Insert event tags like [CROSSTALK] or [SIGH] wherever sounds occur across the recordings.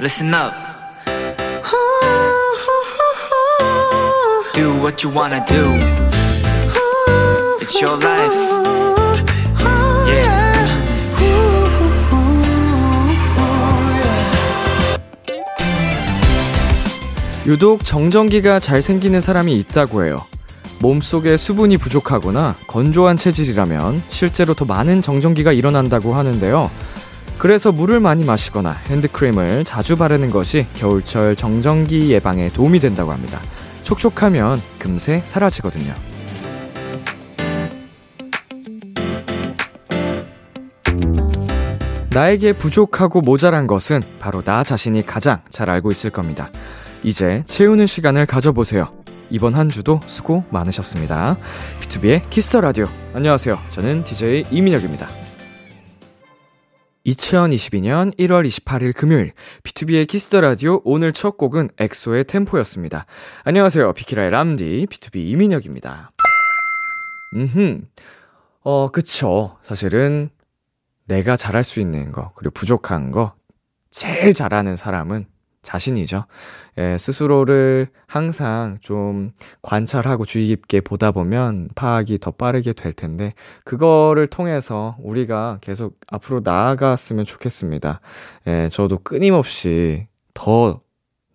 listen up. Do what you wanna do. It's your life. Yeah. 유독 정전기가 잘 생기는 사람이 있다고 해요. 몸속에 수분이 부족하거나 건조한 체질이라면 실제로 더 많은 정전기가 일어난다고 하는데요. 그래서 물을 많이 마시거나 핸드크림을 자주 바르는 것이 겨울철 정전기 예방에 도움이 된다고 합니다. 촉촉하면 금세 사라지거든요. 나에게 부족하고 모자란 것은 바로 나 자신이 가장 잘 알고 있을 겁니다. 이제 채우는 시간을 가져보세요. 이번 한 주도 수고 많으셨습니다. B2B의 키스 라디오. 안녕하세요. 저는 DJ 이민혁입니다. 2022년 1월 28일 금요일 B2B의 키스 라디오 오늘 첫 곡은 엑소의 템포였습니다. 안녕하세요. 비키라의 람디 B2B 이민혁입니다. 음. 어, 그쵸. 사실은 내가 잘할 수 있는 거, 그리고 부족한 거, 제일 잘하는 사람은 자신이죠. 예, 스스로를 항상 좀 관찰하고 주의 깊게 보다 보면 파악이 더 빠르게 될 텐데, 그거를 통해서 우리가 계속 앞으로 나아갔으면 좋겠습니다. 예, 저도 끊임없이 더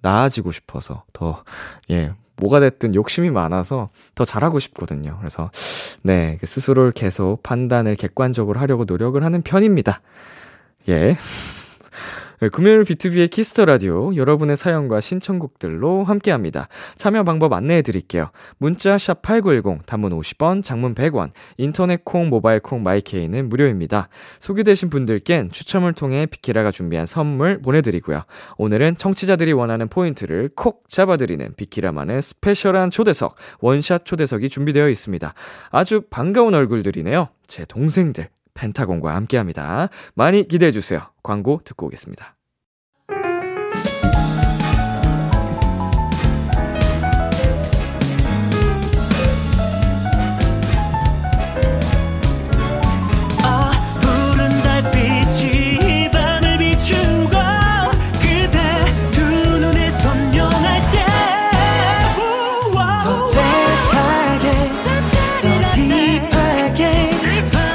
나아지고 싶어서, 더, 예, 뭐가 됐든 욕심이 많아서 더 잘하고 싶거든요. 그래서, 네, 그 스스로를 계속 판단을 객관적으로 하려고 노력을 하는 편입니다. 예. 네, 금요일 B2B의 키스터 라디오 여러분의 사연과 신청곡들로 함께합니다. 참여 방법 안내해 드릴게요. 문자 샵 #8910 단문 50원, 장문 100원, 인터넷 콩, 모바일 콩, 마이케이는 무료입니다. 소개되신 분들께는 추첨을 통해 비키라가 준비한 선물 보내드리고요. 오늘은 청취자들이 원하는 포인트를 콕 잡아드리는 비키라만의 스페셜한 초대석, 원샷 초대석이 준비되어 있습니다. 아주 반가운 얼굴들이네요. 제 동생들. 펜타곤과 함께합니다. 많이 기대해 주세요. 광고 듣고 오겠습니다. 푸른 달빛이 이 밤을 비추고 그대 두 눈에 선명할 때더 재밌하게 더 딥하게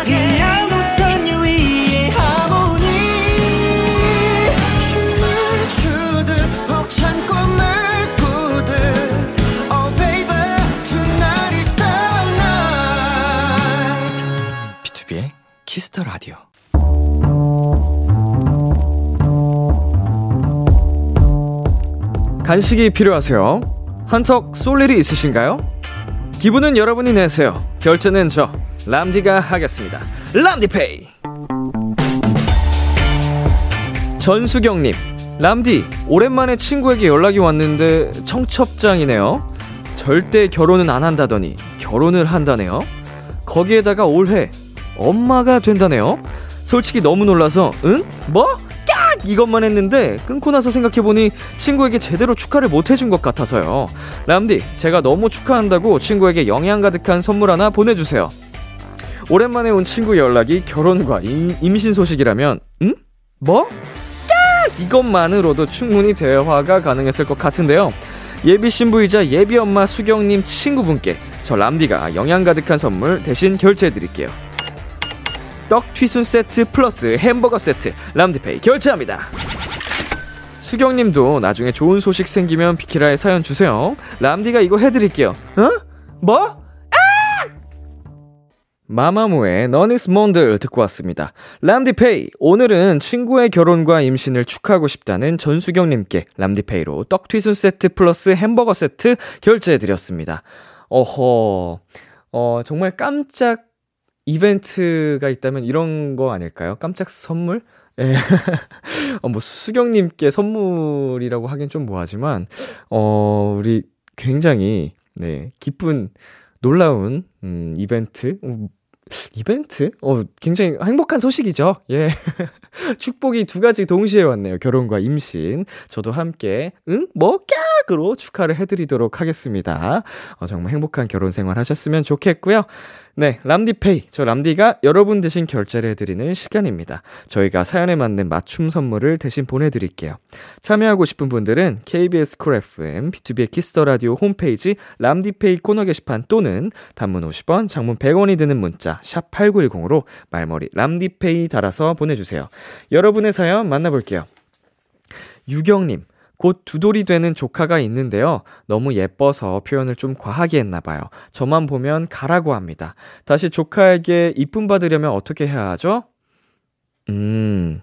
이 양도선 유위의 하모니 춤을 추듯 벅찬 꿈을 꾸듯 Oh baby tonight is the night B2B의 키스터 라디오. 간식이 필요하세요? 한턱 쏠 일이 있으신가요? 기분은 여러분이 내세요. 결제는 저 람디가 하겠습니다. 람디페이. 전수경님, 람디 오랜만에 친구에게 연락이 왔는데 청첩장이네요. 절대 결혼은 안 한다더니 결혼을 한다네요. 거기에다가 올해 엄마가 된다네요. 솔직히 너무 놀라서 응? 뭐? 깍! 이것만 했는데 끊고 나서 생각해보니 친구에게 제대로 축하를 못 해준 것 같아서요. 람디, 제가 너무 축하한다고 친구에게 영양 가득한 선물 하나 보내주세요. 오랜만에 온 친구 연락이 결혼과 임, 임신 소식이라면 응? 뭐? 이것만으로도 충분히 대화가 가능했을 것 같은데요. 예비 신부이자 예비 엄마 수경님 친구분께 저 람디가 영양 가득한 선물 대신 결제해 드릴게요. 떡 튀순 세트 플러스 햄버거 세트 람디페이 결제합니다. 수경님도 나중에 좋은 소식 생기면 비키라에 사연 주세요. 람디가 이거 해드릴게요. 어? 뭐? 마마무의 너니스 몬들 듣고 왔습니다. 람디페이 오늘은 친구의 결혼과 임신을 축하하고 싶다는 전수경님께 람디페이로 떡튀순 세트 플러스 햄버거 세트 결제해드렸습니다. 어허 어 정말 깜짝 이벤트가 있다면 이런 거 아닐까요? 깜짝 선물? 예. [LAUGHS] 어, 뭐, 수경님께 선물이라고 하긴 좀 뭐하지만, 어, 우리 굉장히, 네, 기쁜, 놀라운, 뭐 음, 이벤트? 음, 이벤트? 어, 굉장히 행복한 소식이죠. 예. [LAUGHS] 축복이 두 가지 동시에 왔네요. 결혼과 임신. 저도 함께, 응? 뭐, 깍으로 축하를 해드리도록 하겠습니다. 어, 정말 행복한 결혼 생활 하셨으면 좋겠고요. 네, 람디페이. 저 람디가 여러분 대신 결제를 해드리는 시간입니다. 저희가 사연에 맞는 맞춤 선물을 대신 보내드릴게요. 참여하고 싶은 분들은 KBS 쿨 FM, B2B의 키스터 라디오 홈페이지 람디페이 코너 게시판 또는 단문 50원, 장문 100원이 드는 문자 샵 8910으로 말머리 람디페이 달아서 보내주세요. 여러분의 사연 만나볼게요. 유경님. 곧 두돌이 되는 조카가 있는데요. 너무 예뻐서 표현을 좀 과하게 했나봐요. 저만 보면 가라고 합니다. 다시 조카에게 이쁨 받으려면 어떻게 해야 하죠? 음,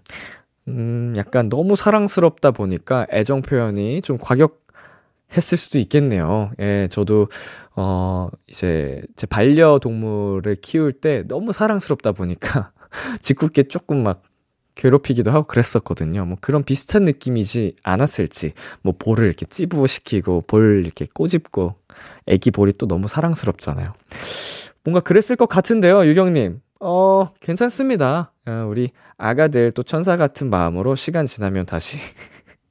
음, 약간 너무 사랑스럽다 보니까 애정 표현이 좀 과격했을 수도 있겠네요. 예, 저도, 어, 이제 제 반려동물을 키울 때 너무 사랑스럽다 보니까 [LAUGHS] 짓궂게 조금 막 괴롭히기도 하고 그랬었거든요. 뭐 그런 비슷한 느낌이지 않았을지, 뭐 볼을 이렇게 찌부시키고, 볼 이렇게 꼬집고, 애기 볼이 또 너무 사랑스럽잖아요. 뭔가 그랬을 것 같은데요, 유경님. 어, 괜찮습니다. 어, 우리 아가들 또 천사 같은 마음으로 시간 지나면 다시 [LAUGHS]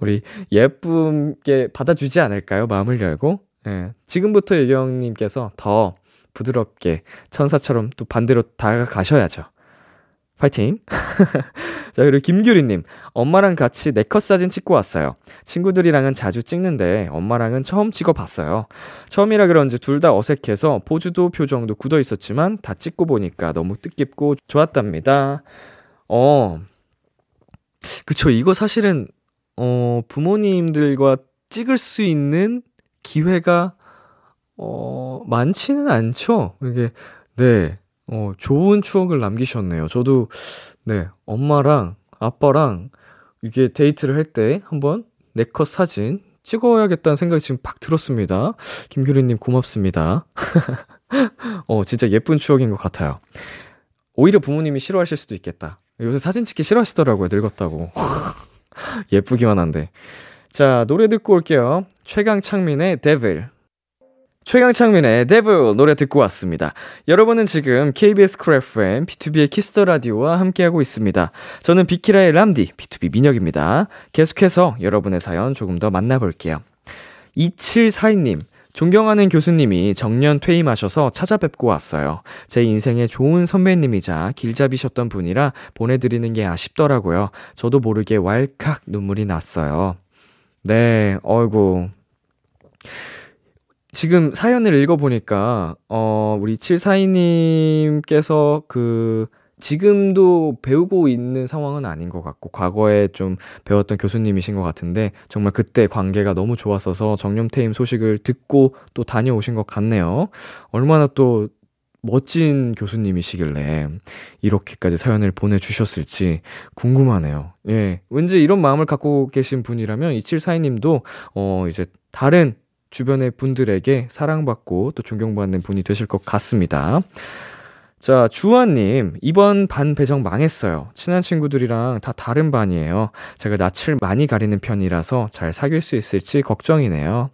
우리 예쁘게 받아주지 않을까요? 마음을 열고. 예. 지금부터 유경님께서 더 부드럽게 천사처럼 또 반대로 다가가셔야죠. 파이팅! [LAUGHS] 자, 그리고 김규리님. 엄마랑 같이 네컷 사진 찍고 왔어요. 친구들이랑은 자주 찍는데 엄마랑은 처음 찍어봤어요. 처음이라 그런지 둘 다 어색해서 포즈도 표정도 굳어 있었지만 다 찍고 보니까 너무 뜻깊고 좋았답니다. 어. 그쵸. 이거 사실은, 어, 부모님들과 찍을 수 있는 기회가, 어, 많지는 않죠. 이게, 네. 어, 좋은 추억을 남기셨네요. 저도, 네. 엄마랑 아빠랑 이게 데이트를 할 때 한번 네컷 사진 찍어야겠다는 생각이 지금 팍 들었습니다. 김규리님 고맙습니다. [LAUGHS] 어, 진짜 예쁜 추억인 것 같아요. 오히려 부모님이 싫어하실 수도 있겠다. 요새 사진 찍기 싫어하시더라고요, 늙었다고. [LAUGHS] 예쁘기만 한데. 자, 노래 듣고 올게요. 최강창민의 데빌. 최강창민의 데빌 노래 듣고 왔습니다. 여러분은 지금 KBS 쿨 FM, B2B의 키스터 라디오와 함께하고 있습니다. 저는 비키라의 람디, B2B 민혁입니다. 계속해서 여러분의 사연 조금 더 만나볼게요. 2742님. 존경하는 교수님이 정년 퇴임하셔서 찾아뵙고 왔어요. 제 인생의 좋은 선배님이자 길잡이셨던 분이라 보내드리는 게 아쉽더라고요. 저도 모르게 왈칵 눈물이 났어요. 네, 어이구. 지금 사연을 읽어보니까, 어, 우리 742님께서 그, 지금도 배우고 있는 상황은 아닌 것 같고, 과거에 좀 배웠던 교수님이신 것 같은데, 정말 그때 관계가 너무 좋았어서 정년퇴임 소식을 듣고 또 다녀오신 것 같네요. 얼마나 또 멋진 교수님이시길래 이렇게까지 사연을 보내주셨을지 궁금하네요. 예. 왠지 이런 마음을 갖고 계신 분이라면 2742님도, 어, 이제 다른 주변의 분들에게 사랑받고 또 존경받는 분이 되실 것 같습니다. 자, 주환님, 이번 반 배정 망했어요. 친한 친구들이랑 다 다른 반이에요. 제가 낯을 많이 가리는 편이라서 잘 사귈 수 있을지 걱정이네요.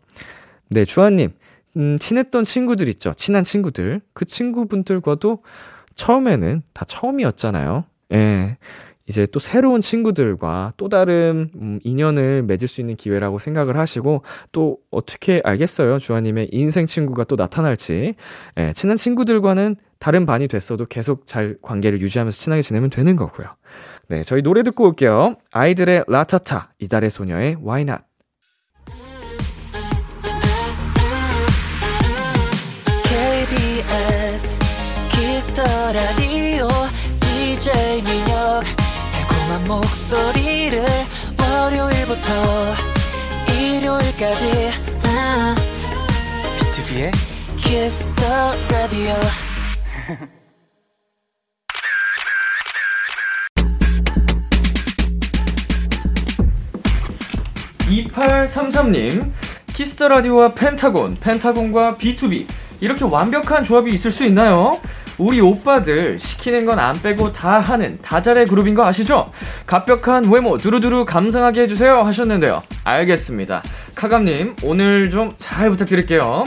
네, 주환님, 음, 친했던 친구들 있죠? 친한 친구들. 그 친구분들과도 처음에는 다 처음이었잖아요. 예. 이제 또 새로운 친구들과 또 다른 음, 인연을 맺을 수 있는 기회라고 생각을 하시고 또 어떻게 알겠어요 주아님의 인생 친구가 또 나타날지 예, 친한 친구들과는 다른 반이 됐어도 계속 잘 관계를 유지하면서 친하게 지내면 되는 거고요 네 저희 노래 듣고 올게요 아이들의 라타타 이달의 소녀의 Why Not KBS 키스터 라디오 DJ 민혁 달콤한 목소리를 월요일부터 일요일까지 아, B2B의 키스터 라디오 이팔삼삼님 키스터 라디오와 펜타곤, 펜타곤과 B2B 이렇게 완벽한 조합이 있을 수 있나요? 우리 오빠들 시키는 건 안 빼고 다 하는 다잘의 그룹인 거 아시죠? 갑벽한 외모 두루두루 감상하게 해주세요 하셨는데요. 알겠습니다. 카감님 오늘 좀 잘 부탁드릴게요.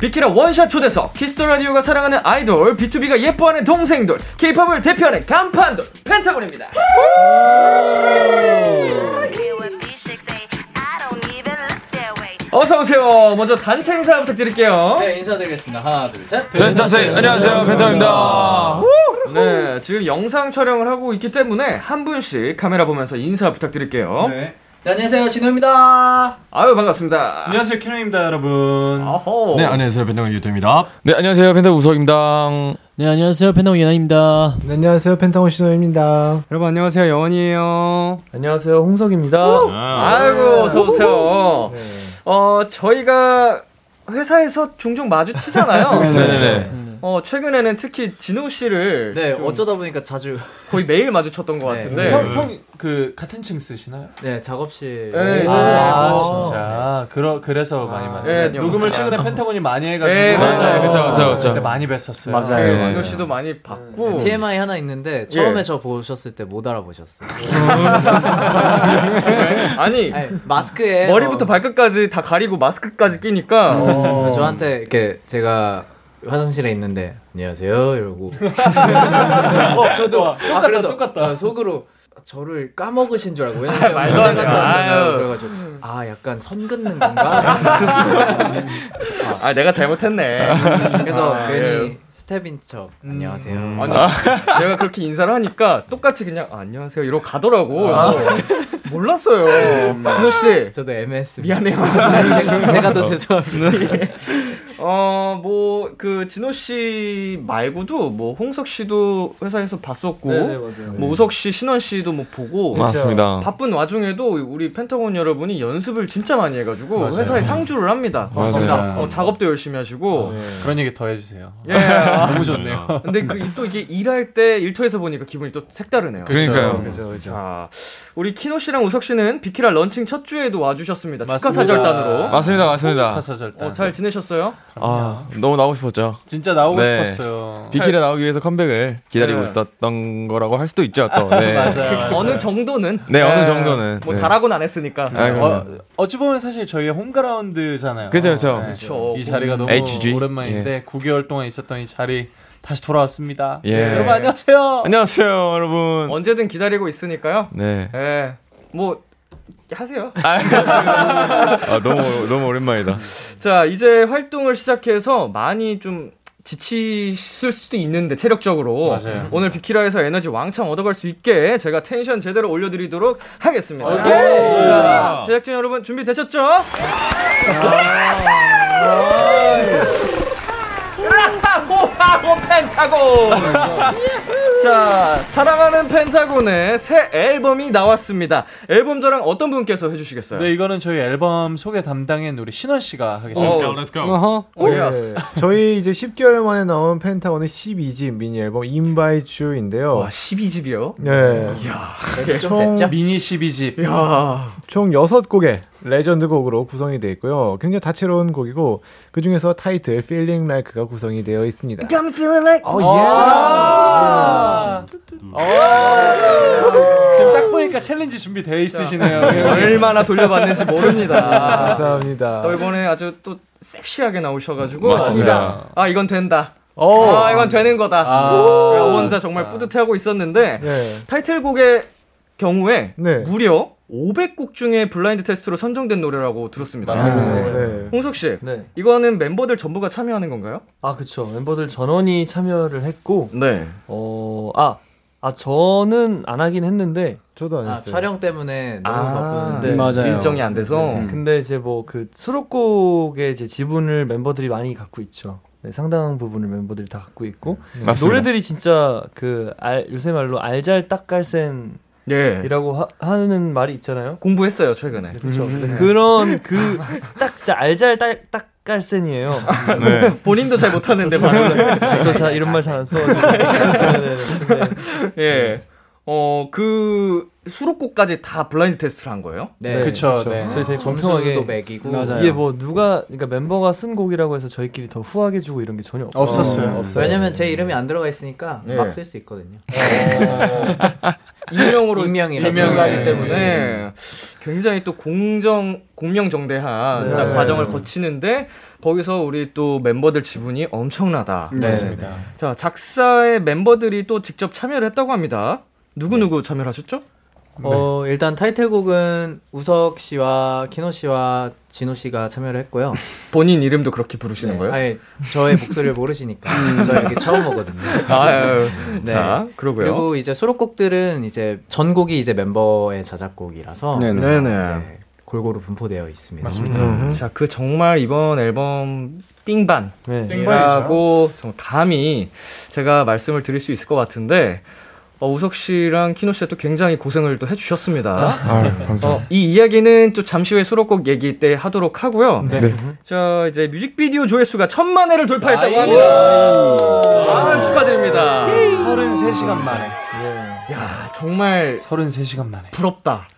비키라 원샷 초대석 키스터 라디오가 사랑하는 아이돌 B2B가 예뻐하는 동생들 K-팝을 대표하는 간판돌 펜타곤입니다. 어서 오세요. 먼저 단체 인사 부탁드릴게요. 네, 인사드리겠습니다. 하나, 둘, 셋. 펜타쌤 네, 안녕하세요 펜타입니다 네, 지금 영상 촬영을 하고 있기 때문에 한 분씩 카메라 보면서 인사 부탁드릴게요. 네. 네, 안녕하세요. 진호입니다. 아유 반갑습니다. 안녕하세요 캐논입니다 여러분. 어허. 네 안녕하세요 펜타곤 유토입니다 네 안녕하세요 펜타 우석입니다 네, 안녕하세요. 팬동 예나입니다. 네, 안녕하세요 펜타곤 신호입니다. 여러분 안녕하세요 영원이에요. 안녕하세요 홍석입니다. 네. 아이고 어서 오세요. 어 저희가 회사에서 종종 마주치잖아요. 네네네 어 최근에는 특히 진우 씨를 네, 좀 어쩌다 보니까 자주 거의 매일 마주쳤던 것 네. 같은데. 형, 형, 그, 같은 층 쓰시나요? 네, 작업실. 네, 아, 아, 진짜. 그러, 그래서 많이 맞아요. 네, 예, 녹음을 최근에 펜타곤이 많이 해가지고. 예, 맞아요. 그쵸, 그쵸, 그쵸. 그때 많이 뵀었어요. 네, 맞아요. 진우 씨도 많이 네, 봤고. TMI 하나 있는데 처음에 예. 저 보셨을 때 못 알아보셨어요. 아니 아니, 네, [LAUGHS] 마스크에 머리부터 어, 발끝까지 다 가리고 마스크까지 끼니까. 어. 저한테 이렇게 제가 화장실에 있는데 안녕하세요 이러고 [LAUGHS] 어, 저도 똑같다 그래서 똑같다 속으로 저를 까먹으신 줄 알고 [LAUGHS] 왜냐면 말도 무대 안 돼. 가서 아유. 왔잖아요 그래가지고 아 약간 선 긋는 건가 아 [LAUGHS] 내가 잘못했네. 그래서 아, 괜히 예. 음. 스텝인 척 안녕하세요 아니 [LAUGHS] 내가 그렇게 인사를 하니까 똑같이 그냥 아, 안녕하세요 이러고 가더라고. 아. 그래서 몰랐어요. 음. 진우 씨 저도 MS 입니다. 미안해요. [LAUGHS] 네. 제가, 제가 더 [LAUGHS] 죄송합니다 어, 뭐, 그, 진호 씨 말고도, 뭐, 홍석 씨도 회사에서 봤었고, 네, 뭐, 우석 씨, 신원 씨도 뭐, [LAUGHS] 보고, 맞습니다 그렇죠. 바쁜 와중에도 우리 펜타곤 여러분이 연습을 진짜 많이 해가지고, 회사에 상주를 합니다. 맞습니다. 어, 작업도 열심히 하시고, 그런 얘기 더 해주세요. 네. 예. 아, 너무 좋네요. 근데 그, 또 이게 일할 때, 일터에서 보니까 기분이 또 색다르네요. 그렇죠. 그러니까요 그렇죠. 자, 우리 키노 씨랑 우석 씨는 비키라 런칭 첫 주에도 와주셨습니다. 축하 사절단으로. 맞습니다 네. 맞습니다 사절단. 어, 잘 지내셨어요? 아 너무 나오고 싶었죠 진짜 나오고 네. 싶었어요. 비키라 나오기 위해서 컴백을 기다리고 네. 있었던 거라고 할 수도 있죠 또 네. [LAUGHS] 맞아요. 어느 정도는? 네, 어느 정도는. 뭐, 네. 다라고는 안 했으니까. 아이고. 어, 어찌 보면 사실 저희의 홈그라운드잖아요. 네. 그죠, 그죠. 네. 그쵸. 이 자리가 너무 HG. 오랜만인데 9개월 동안 있었던 이 자리 다시 돌아왔습니다. 예. 네, 여러분 안녕하세요. 안녕하세요 여러분 언제든 기다리고 있으니까요. 네 예. 뭐 하세요. 아, 너무 너무 오랜만이다 자, 이제 활동을 시작해서 많이 좀 지치실 수도 있는데 체력적으로 맞아요. 오늘 비키라에서 에너지 왕창 얻어갈 수 있게 제가 텐션 제대로 올려드리도록 하겠습니다. 자, 제작진 여러분 준비 아. 되셨죠? 아. 꼬하고 펜타곤! 자, 사랑하는 펜타곤의 새 앨범이 나왔습니다. 앨범 저랑 어떤 분께서 해주시겠어요? 네, 이거는 저희 앨범 소개 담당인 우리 신원 씨가 하겠습니다. 어, 오, 예. 예스. 저희 이제 10개월 만에 나온 펜타곤의 12집 미니 앨범 Invite You인데요. 와, 12집이요? 예. 네, 총, 미니 12집. 야. 총 6곡의 레전드 곡으로 구성이 되어 있고요. 굉장히 다채로운 곡이고 그중에서 타이틀 Feeling Like가 구성이 되어 있습니다. I'm feeling like 어, 예. 아. 음. 아. 지금 딱 보니까 챌린지 준비되어 있으시네요. 예. 얼마나 돌려봤는지 모릅니다. 아, 감사합니다. 또 이번에 아주 또 섹시하게 나오셔가지고 맞습니다. 아 이건 된다. 오. 아 이건 되는 거다. 아, 야, 혼자 정말 뿌듯해하고 있었는데 네. 타이틀곡의 경우에 네. 무려 500곡 중에 블라인드 테스트로 선정된 노래라고 들었습니다. 네. 네. 홍석 씨, 네. 이거는 멤버들 전부가 참여하는 건가요? 아, 그쵸. 멤버들 전원이 참여를 했고, 네. 어, 아, 아, 저는 안 하긴 했는데, 저도 안 아, 했어요. 촬영 때문에 너무 아, 네. 바쁜데 맞아요. 일정이 안 돼서. 근데 이제 뭐 그 수록곡의 제 지분을 멤버들이 많이 갖고 있죠. 네, 상당 부분을 멤버들이 다 갖고 있고, 네. 맞습니다. 노래들이 진짜 그, 알, 요새 말로 알잘딱깔센이라고 예. 하, 는 말이 있잖아요. 공부했어요 최근에. 그렇죠. 네. 그런 그, 딱 진짜 알잘딱깔센이에요. 네. 본인도 잘 못하는데 말을. 저 자, 이런 말 잘 안 써가지고. 네네네. 근데 네. 예. 어, 그 수록곡까지 다 블라인드 테스트를 한 거예요? 네, 그쵸, 그쵸. 네. 저희 되게 공평하게 점수도 매기고 이게 뭐 누가 그러니까 멤버가 쓴 곡이라고 해서 저희끼리 더 후하게 주고 이런 게 전혀 없어요. 없었어요. 왜냐면 제 이름이 안 들어가 있으니까 예. 막 쓸 수 있거든요 익명으로 익명이라서. 네. 네. 제출을 하기 예. 때문에 굉장히 또 공정 공명정대한 네. 딱 네. 과정을 거치는데 거기서 우리 또 멤버들 지분이 엄청나다. 네. 맞습니다. 자 작사의 멤버들이 또 직접 참여를 했다고 합니다. 누구 네. 누구 참여를 하셨죠? 어, 일단 타이틀곡은 우석 씨와 키노 씨와 진호 씨가 참여를 했고요. 본인 이름도 그렇게 부르시는 거예요? 아니, 저의 목소리를 모르시니까. 저 여기 처음 오거든요. [LAUGHS] 아유. 네. 자 그러고요. 그리고 이제 수록곡들은 이제 전곡이 이제 멤버의 자작곡이라서 네네. 네, 골고루 분포되어 있습니다. 맞습니다. 음. 자그 정말 이번 앨범 띵반 네. 라고 정말 감히 제가 말씀을 드릴 수 있을 것 같은데 어, 우석 씨랑 키노 씨가 또 굉장히 고생을 또 해주셨습니다. 아, 아, 어, 이 이야기는 또 잠시 후에 수록곡 얘기 때 하도록 하고요. 네. 네. 자 이제 뮤직비디오 조회수가 천만 회를 돌파했다고 합니다. 아, 축하드립니다. 33시간 만에. 야 정말 33시간 만에. 부럽다.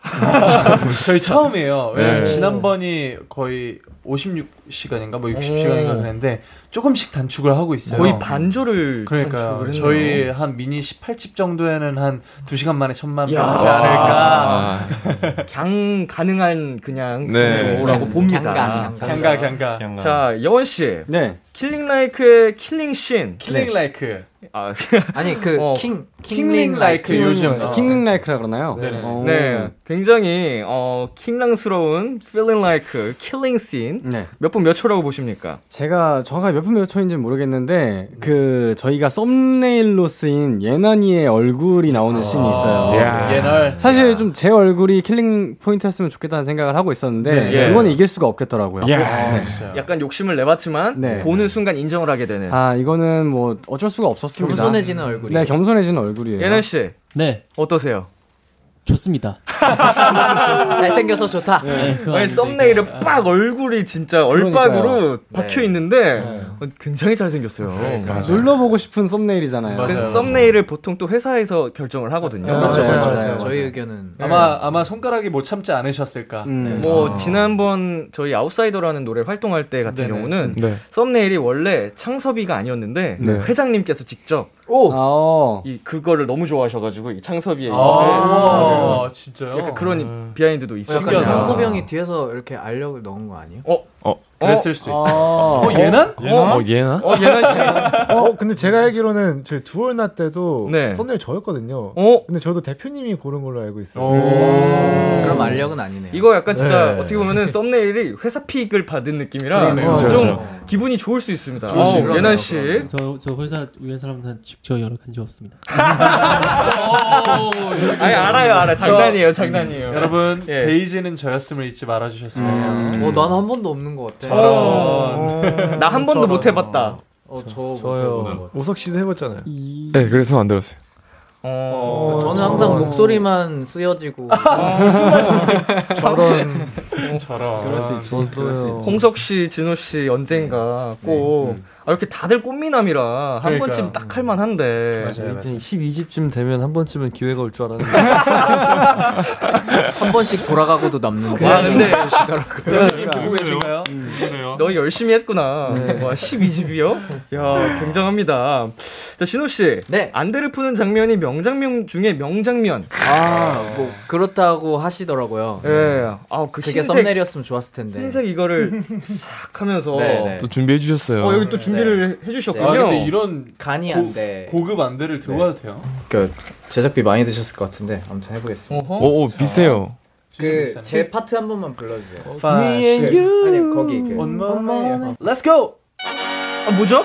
저희 처음이에요. 왜냐면 네. 지난번이 거의 56시간인가 뭐 60시간인가 그랬는데 조금씩 단축을 하고 있어요. 거의 네. 반조를 그러니까 단축을 했네요. 저희 한 미니 18집 정도에는 한 2시간 만에 천만 뷰 야. 하지 않을까. 아, 강 가능한 그냥 네. 정도라고 봅니다. 강, 강, 경가 경가. 자 여원 씨 네. 킬링 라이크의 킬링 씬. 킬링 라이크. 아, [LAUGHS] 아니 그 어, 킹, 킹링 라이크 요즘. 어. 킹링 라이크라 그러나요? 네네. 어. 네, 굉장히 어 킹랑스러운 feeling like killing scene 네. 몇 분 몇 초라고 보십니까? 제가 정확하게 몇분몇 초인지는 모르겠는데 그 저희가 썸네일로 쓰인 예나니의 얼굴이 나오는 씬이 있어요. 아. 네. 예널. 사실 좀 제 얼굴이 킬링 포인트였으면 좋겠다는 생각을 하고 있었는데 네. 이거는 이길 수가 없겠더라고요. 진짜. 약간 욕심을 내봤지만 네. 보는 순간 인정을 하게 되는 아 이거는 뭐 어쩔 수가 없었습니다. 겸손해지는 얼굴이. 네, 겸손해지는 얼굴이에요. 예나 씨 네, 어떠세요? [LAUGHS] 좋습니다. 잘생겨서 좋다. 네, 그거 아니, 아닌데, 썸네일에 빡 얼굴이 진짜 얼빡으로 박혀 있는데 어, 굉장히 잘생겼어요. 네. 눌러보고 싶은 썸네일이잖아요. 그 맞아요, 맞아요. 썸네일을 보통 또 회사에서 결정을 하거든요. 그렇죠, 맞아요, 그렇죠. 맞아요, 저희 의견은 네. 아마 아마 손가락이 못 참지 않으셨을까. 음. 뭐 지난번 저희 아웃사이더라는 노래 활동할 때 같은 네네. 경우는 썸네일이 원래 창섭이가 아니었는데 회장님께서 직접 아, 어. 이 그거를 너무 좋아하셔가지고 이 창섭이의 아~ 아, 어, 진짜요? 약간 그런 비하인드도 약간 있습니다. 신기하다. 장소비 형이 뒤에서 이렇게 알력을 넣은 거 아니에요? 어? 그랬을 수도 있어. 어, 예난? 어, 얘나? 어 예나 씨, 어, 근데 제가 알기로는 저희 두얼나 때도 네. 썸네일 저였거든요. 어 근데 저도 대표님이 고른 걸로 알고 있어요. 그럼 알력은 아니네요. 이거 약간 진짜 네. 어떻게 보면은 썸네일이 회사 픽을 받은 느낌이라 그러네요. 좀 그렇죠, 기분이 좋을 수 있습니다. 좋을 수 어, 있네요. 예나 씨, 저, 저 회사 위에 사람들한테 직접 연락한 적 [LAUGHS] 없습니다. 아니 알아요, 알아. 장난이에요, 장난이에요. 여러분, 예. 데이지는 저였음을 잊지 말아 주셨으면 해요. 어, 난한 번도 없는 것 같아. 어, 나한 번도 못 해봤다. 어, 저 못해요. 음. 우석 씨도 해봤잖아요. 네, 그래서 만들었어요. 어, 저는 항상 목소리만 쓰여지고 저런 저런. 그럴 수 있지. 그럴 어. 수 있지. 홍석 씨, 진호 씨 언젠가 꼭 아, 이렇게 다들 꽃미남이라 한 네. 음. 그러니까요. 음. 번쯤 딱 할 만한데 맞아요. 12집쯤 되면 한 번쯤은 기회가 올 줄 알았는데. 한 번씩 돌아가고도 남는데. 아, 근데 그 대표님 듣고 계신가요? 네. 너 열심히 했구나. 와 12집이요? 야 굉장합니다. 자 진호 씨, 네. 안대를 푸는 장면이 명장면 중에 명장면. 아, 뭐 그렇다고 하시더라고요. 예, 네. 아그 음. 그게 흰색 썸네일이었으면 좋았을 텐데. 흰색 [LAUGHS] 이거를 싹 하면서 네, 네. 또 준비해 주셨어요. 어 여기 또 준비를 해주셨군요. 아, 근데 이런 간이 네. 고, 안 돼. 고급 안대를 들고 와도 돼요? 그 제작비 많이 드셨을 것 같은데 아무튼 해보겠습니다. 어허. 오, 오 비슷해요. 그 진짜. 제 파트 한 번만 네. 불러주세요. Five, 그, six, 아니 거기 그. one more. Let's go. 아, 뭐죠?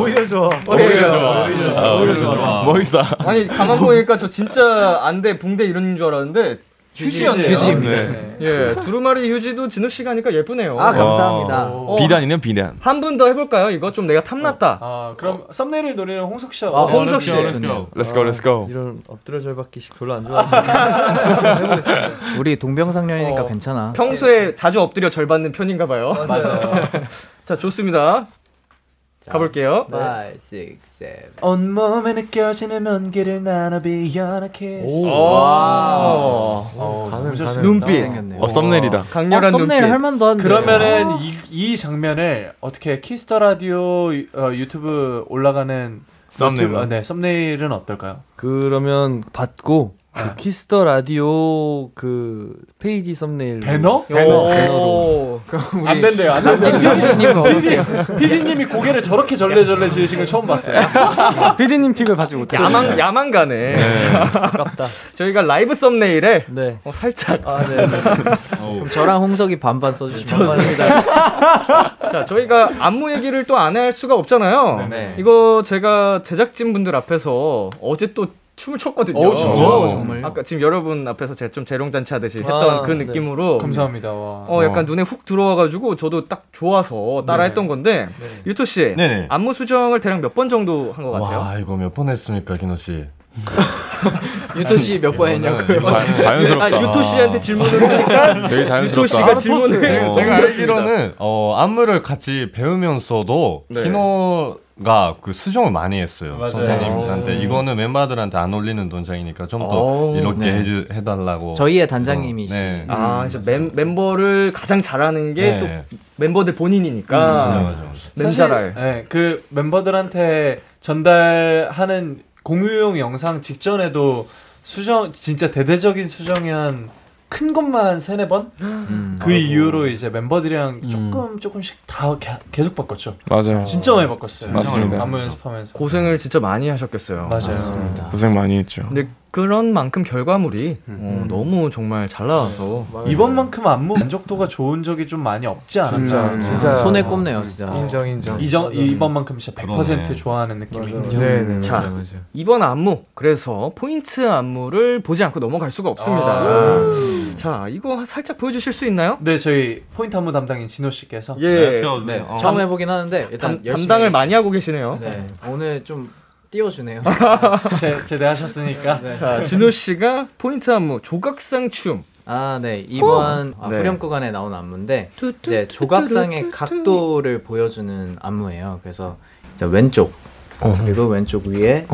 오히려 좋아. 오히려 네. 좋아. 아, 오히려 좋아. 멋있다. 아니 가만 보니까 저 진짜 안대 붕대 이런 줄 알았는데 휴지였네요. 휴지입니다. 네. 예, 두루마리 휴지도 진우 씨가 하니까 예쁘네요. 아 감사합니다. 어. 비단이네, 비단. 한 분 더 해볼까요? 이거 좀 내가 탐났다. 아, 그럼 썸네일을 노리는 홍석 씨와 아, 홍- 홍석 씨. Let's go, let's go. 이런 엎드려 절박기식 별로 안 좋아하시는 우리 동병상련이니까 어. 괜찮아. 평소에 자주 엎드려 절 받는 편인가 봐요. 맞아요. [LAUGHS] 자, 좋습니다. 가볼게요. 5, 6, 7. 온몸에 느껴지는 온기를 나눠 비어나 키스. 와. 가는 눈빛. 생겼네요. 어, 썸네일이다. 어, 강렬한 어, 썸네일 눈빛. 할만도 한데. 그러면은 이, 이 장면을 어떻게 키스터 라디오 어, 유튜브 올라가는 썸네일로. 유튜브, 아, 네 썸네일은 어떨까요? 그러면 받고 그 아. 키스터 라디오 그 페이지 썸네일 [LAUGHS] 배너? 배너 배너로 오. 안 된대요. 안 된대요. 피디님, 피디님이 고개를 저렇게 절레절레 지으신 걸 처음 봤어요. 비디님 픽을 받지 못해. 야망 야망 가네. 아깝다. [LAUGHS] 저희가 라이브 썸네일에 네. 어, 살짝 아, 네. 네. 그럼 저랑 홍석이 반반 써주시면 좋습니다. 자 아, 저희가 안무 얘기를 또 안 할 수가 없잖아요. 네. 이거 제가 제작진 분들 앞에서 어제 또 춤을 췄거든요. 어, 진짜? 어, 정말. 아까 지금 여러분 앞에서 제가 좀 재롱잔치 하듯이 아, 했던 그 네. 느낌으로 감사합니다. 와. 어 약간 눈에 훅 들어와가지고 저도 딱 좋아서 따라했던 건데 유토 씨 네네. 안무 수정을 대략 몇 번 정도 한 것 같아요. 와 이거 몇 번 했습니까 김호 씨? 유토 씨 몇 번 했냐고요? 자, 자연스럽다. 아 유토 씨한테 질문을 하니까 되게 자연스럽다. 유토 씨가 질문을 [LAUGHS] 어, 제가 알기로는 어, 안무를 같이 배우면서도 네. 키노가 그 수정을 많이 했어요 맞아요. 선생님한테 이거는 멤버들한테 안 올리는 동작이니까 좀 더 오, 이렇게 네. 해주, 해달라고. 저희의 단장님이시. 어, 네. 아, 진짜 멤, 멤버를 가장 잘하는 게 네. 또 멤버들 맞아요, 본인이니까 맞아요. 냄새랄. 네, 그 멤버들한테 전달하는 공유용 영상 직전에도 수정 진짜 대대적인 수정이 한 큰 것만 세네 번? 음. 그 이후로 이제 멤버들이랑 조금 조금씩 다 개- 계속 바꿨죠. 음. 맞아요. 진짜 많이 바꿨어요. 맞습니다. 안무 연습하면서. 고생을 진짜 많이 하셨겠어요. 맞아요. 고생 많이 했죠. 근데 그런 만큼 결과물이 어, 너무 정말 잘 나와서 이번만큼 안무 만족도가 좋은 적이 좀 많이 없지 않았죠. 음. 진짜 손에 꼽네요, 진짜. 인정 인정. 이전 이번만큼 진짜 100% 그러네. 좋아하는 느낌이. 네네. 자 이번 안무 그래서 포인트 안무를 보지 않고 넘어갈 수가 없습니다. 음. 자 이거 살짝 보여주실 수 있나요? 네, 저희 포인트 안무 담당인 진호 씨께서 예 네, 처음 해보긴 하는데 일단 담, 열심히. 담당을 많이 하고 계시네요. 네, 오늘 좀 [LAUGHS] 띄워주네요. 제, 제대하셨으니까 네. 자 진호 씨가 포인트 안무 조각상 춤. 아, 네. 이번 아, 네. 후렴 구간에 나온 안무인데 이제 네, 조각상의 각도를 보여주는 안무예요. 그래서 이제 왼쪽 그리고 왼쪽 위에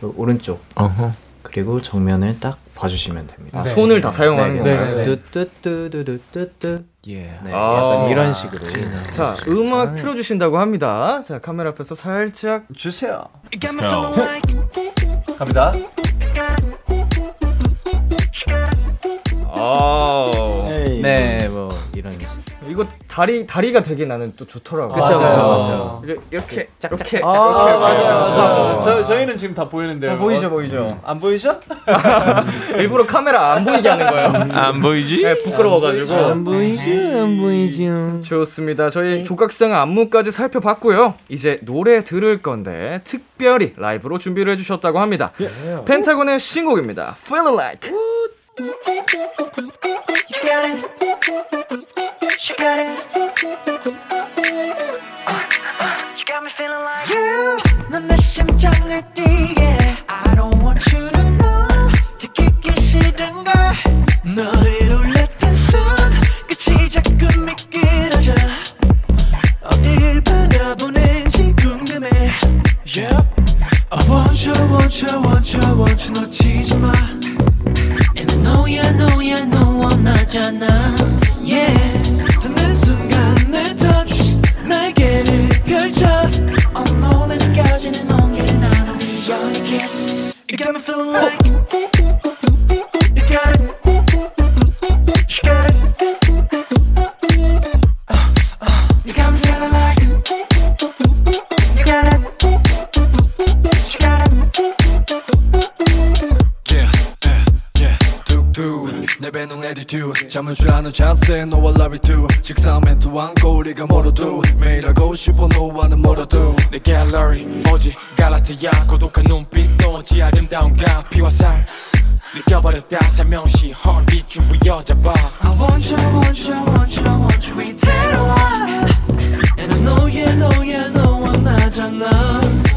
그리고 오른쪽 그리고 정면을 딱 봐주시면 됩니다. 아, 손을 다 사용하는 네, 건가요? 네. 뚜뚜뚜뚜뚜뚜 예. 네, 아. 약간 이런 식으로. 자 음악 틀어주신다고 합니다. 자 카메라 앞에서 살짝 주세요. 갑니다. 네, 뭐 이런 식으로. 이거 다리 다리가 되게 나는 또 좋더라고. 그쵸, 요 그쵸, 맞아요. 그쵸. 이렇게 이렇게 이렇게 아, 맞아요, 맞아요. 저, 저희는 지금 다 보이는데요. 보이죠 어, 보이죠. 안 보이죠? 일부러 카메라 안 보이게 하는 거예요. 안 보이지? 네, 부끄러워가지고. 안 보이지 안 보이지. 좋습니다. 저희 조각상 안무까지 살펴봤고요. 이제 노래 들을 건데 특별히 라이브로 준비를 해주셨다고 합니다. 펜타곤의 신곡입니다. Feel Like. You, 넌내 심장을 뛰게. I don't want you to know. 듣기 싫은 걸. 너를 올렸던 손 끝이 자꾸 미끄러져. 어딜 바라보는지 궁금해. Yep. I want you, want you, want you, want you 놓치지 마. And I know you, know you, know 원하잖아. Yeah. 닿는 순간 내 touch 날개를 펼쳐. 온몸에 느껴지는 온기를 나눠 be your kiss. You got me feeling like. You got it. You got it. You got me feeling like. You got it. You got it. Yeah, yeah, yeah, 툭툭 내 배는 attitude 잠을 줄 아는 자세 너와 love it too 식사 멘트 완고 우리가 멀어도 매일 하고 싶어 너와는 멀어도 내 갤러리 오직 갈라트야 고독한 눈빛 너지 아름다운 가피와 살 느껴버렸다 삼명시 헐빛 중부 여자봐 I want you want you want you want you 이대로 와 And I know you know you know 원하잖아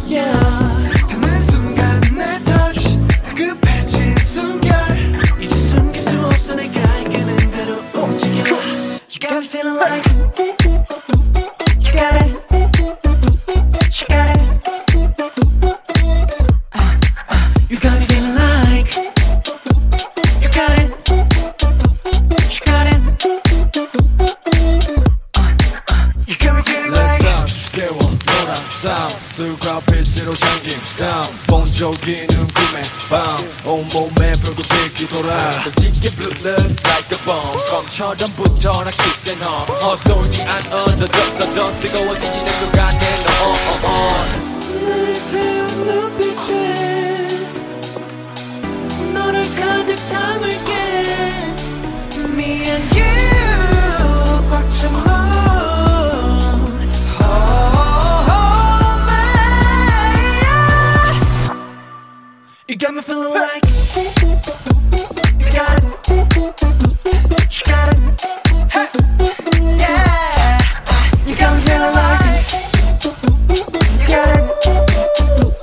Yeah 닿는 순간 내 touch 다급해진 숨결 이제 숨길 수 없어 내가 이끄는 대로 움직여 You got me feeling like You got it She got it. Uh, uh, You got me feeling like you got it. She got it. Uh, uh, You got me feeling like. 내 삶 깨워 너랑 삶 수가 빛이 가지로 잠긴 다음 본 적이 있는 꿈에 밤 온몸에 불꽃빛이 돌아 던지게 blue lips like a bomb 껌처럼 붙어 나 kiss and hug 헛돌지 않아 더더더더 뜨거워지는 순간에 너 어, on, on, on. 하늘을 세운 눈빛에 너를 가득 담을게 Me and you 꽉찬 몸 Oh my You got me feeling like Got it She got it Hey. Yeah You got me feeling like Got it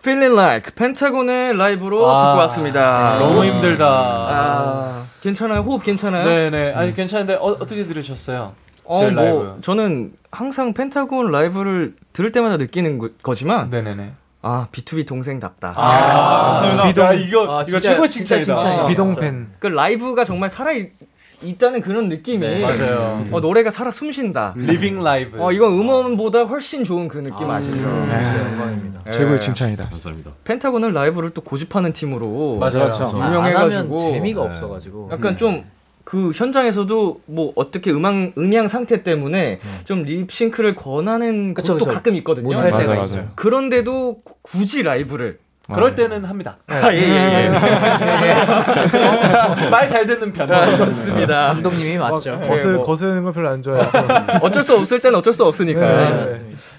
Feeling Like 펜타곤의 라이브로 아, 듣고 왔습니다. 너무 힘들다. 아, 괜찮아요? 호흡 괜찮아요? 네네. 아니 괜찮은데 어, 떻게 들으셨어요? 어, 제 뭐, 라이브. 저는 항상 펜타곤 라이브를 들을 때마다 느끼는 거- 거지만. 네네네. 아, B2B 동생답다. 아, 감사합니다. 비동- 아, 이거- 아, 이거 진짜- 최고의 진짜 칭찬이다. 칭찬이다. 비동팬. 그 라이브가 정말 살아있, 있다는 그런 느낌이. 네, 맞아요. 어, 노래가 살아 숨쉰다. 음. Living live. 어, 이건 음원보다 훨씬 좋은 그 느낌 아, 시죠 네. 영광입니다. 최고의 칭찬이다. 감사합니다. 펜타곤은 라이브를 또 고집하는 팀으로 맞아요. 그렇죠. 안 하면 유명해가지고 재미가 없어가지고. 음. 약간 네. 좀 그 현장에서도 뭐 어떻게 음향 음향 상태 때문에 좀 립싱크를 권하는 그쵸, 것도 그쵸. 가끔 있거든요. 못할 맞아요, 때가 맞아요. 있어요. 그런데도 구- 굳이 라이브를 그럴 때는 합니다. 아, 예, 예, 예. 말 잘 듣는 편. 아, 네. 좋습니다. 감독님이 맞죠. 네, 어. 거슬 뭐. 거슬는 걸 별로 안 좋아해서 [LAUGHS] 어쩔 수 없을 땐 어쩔 수 없으니까. 네,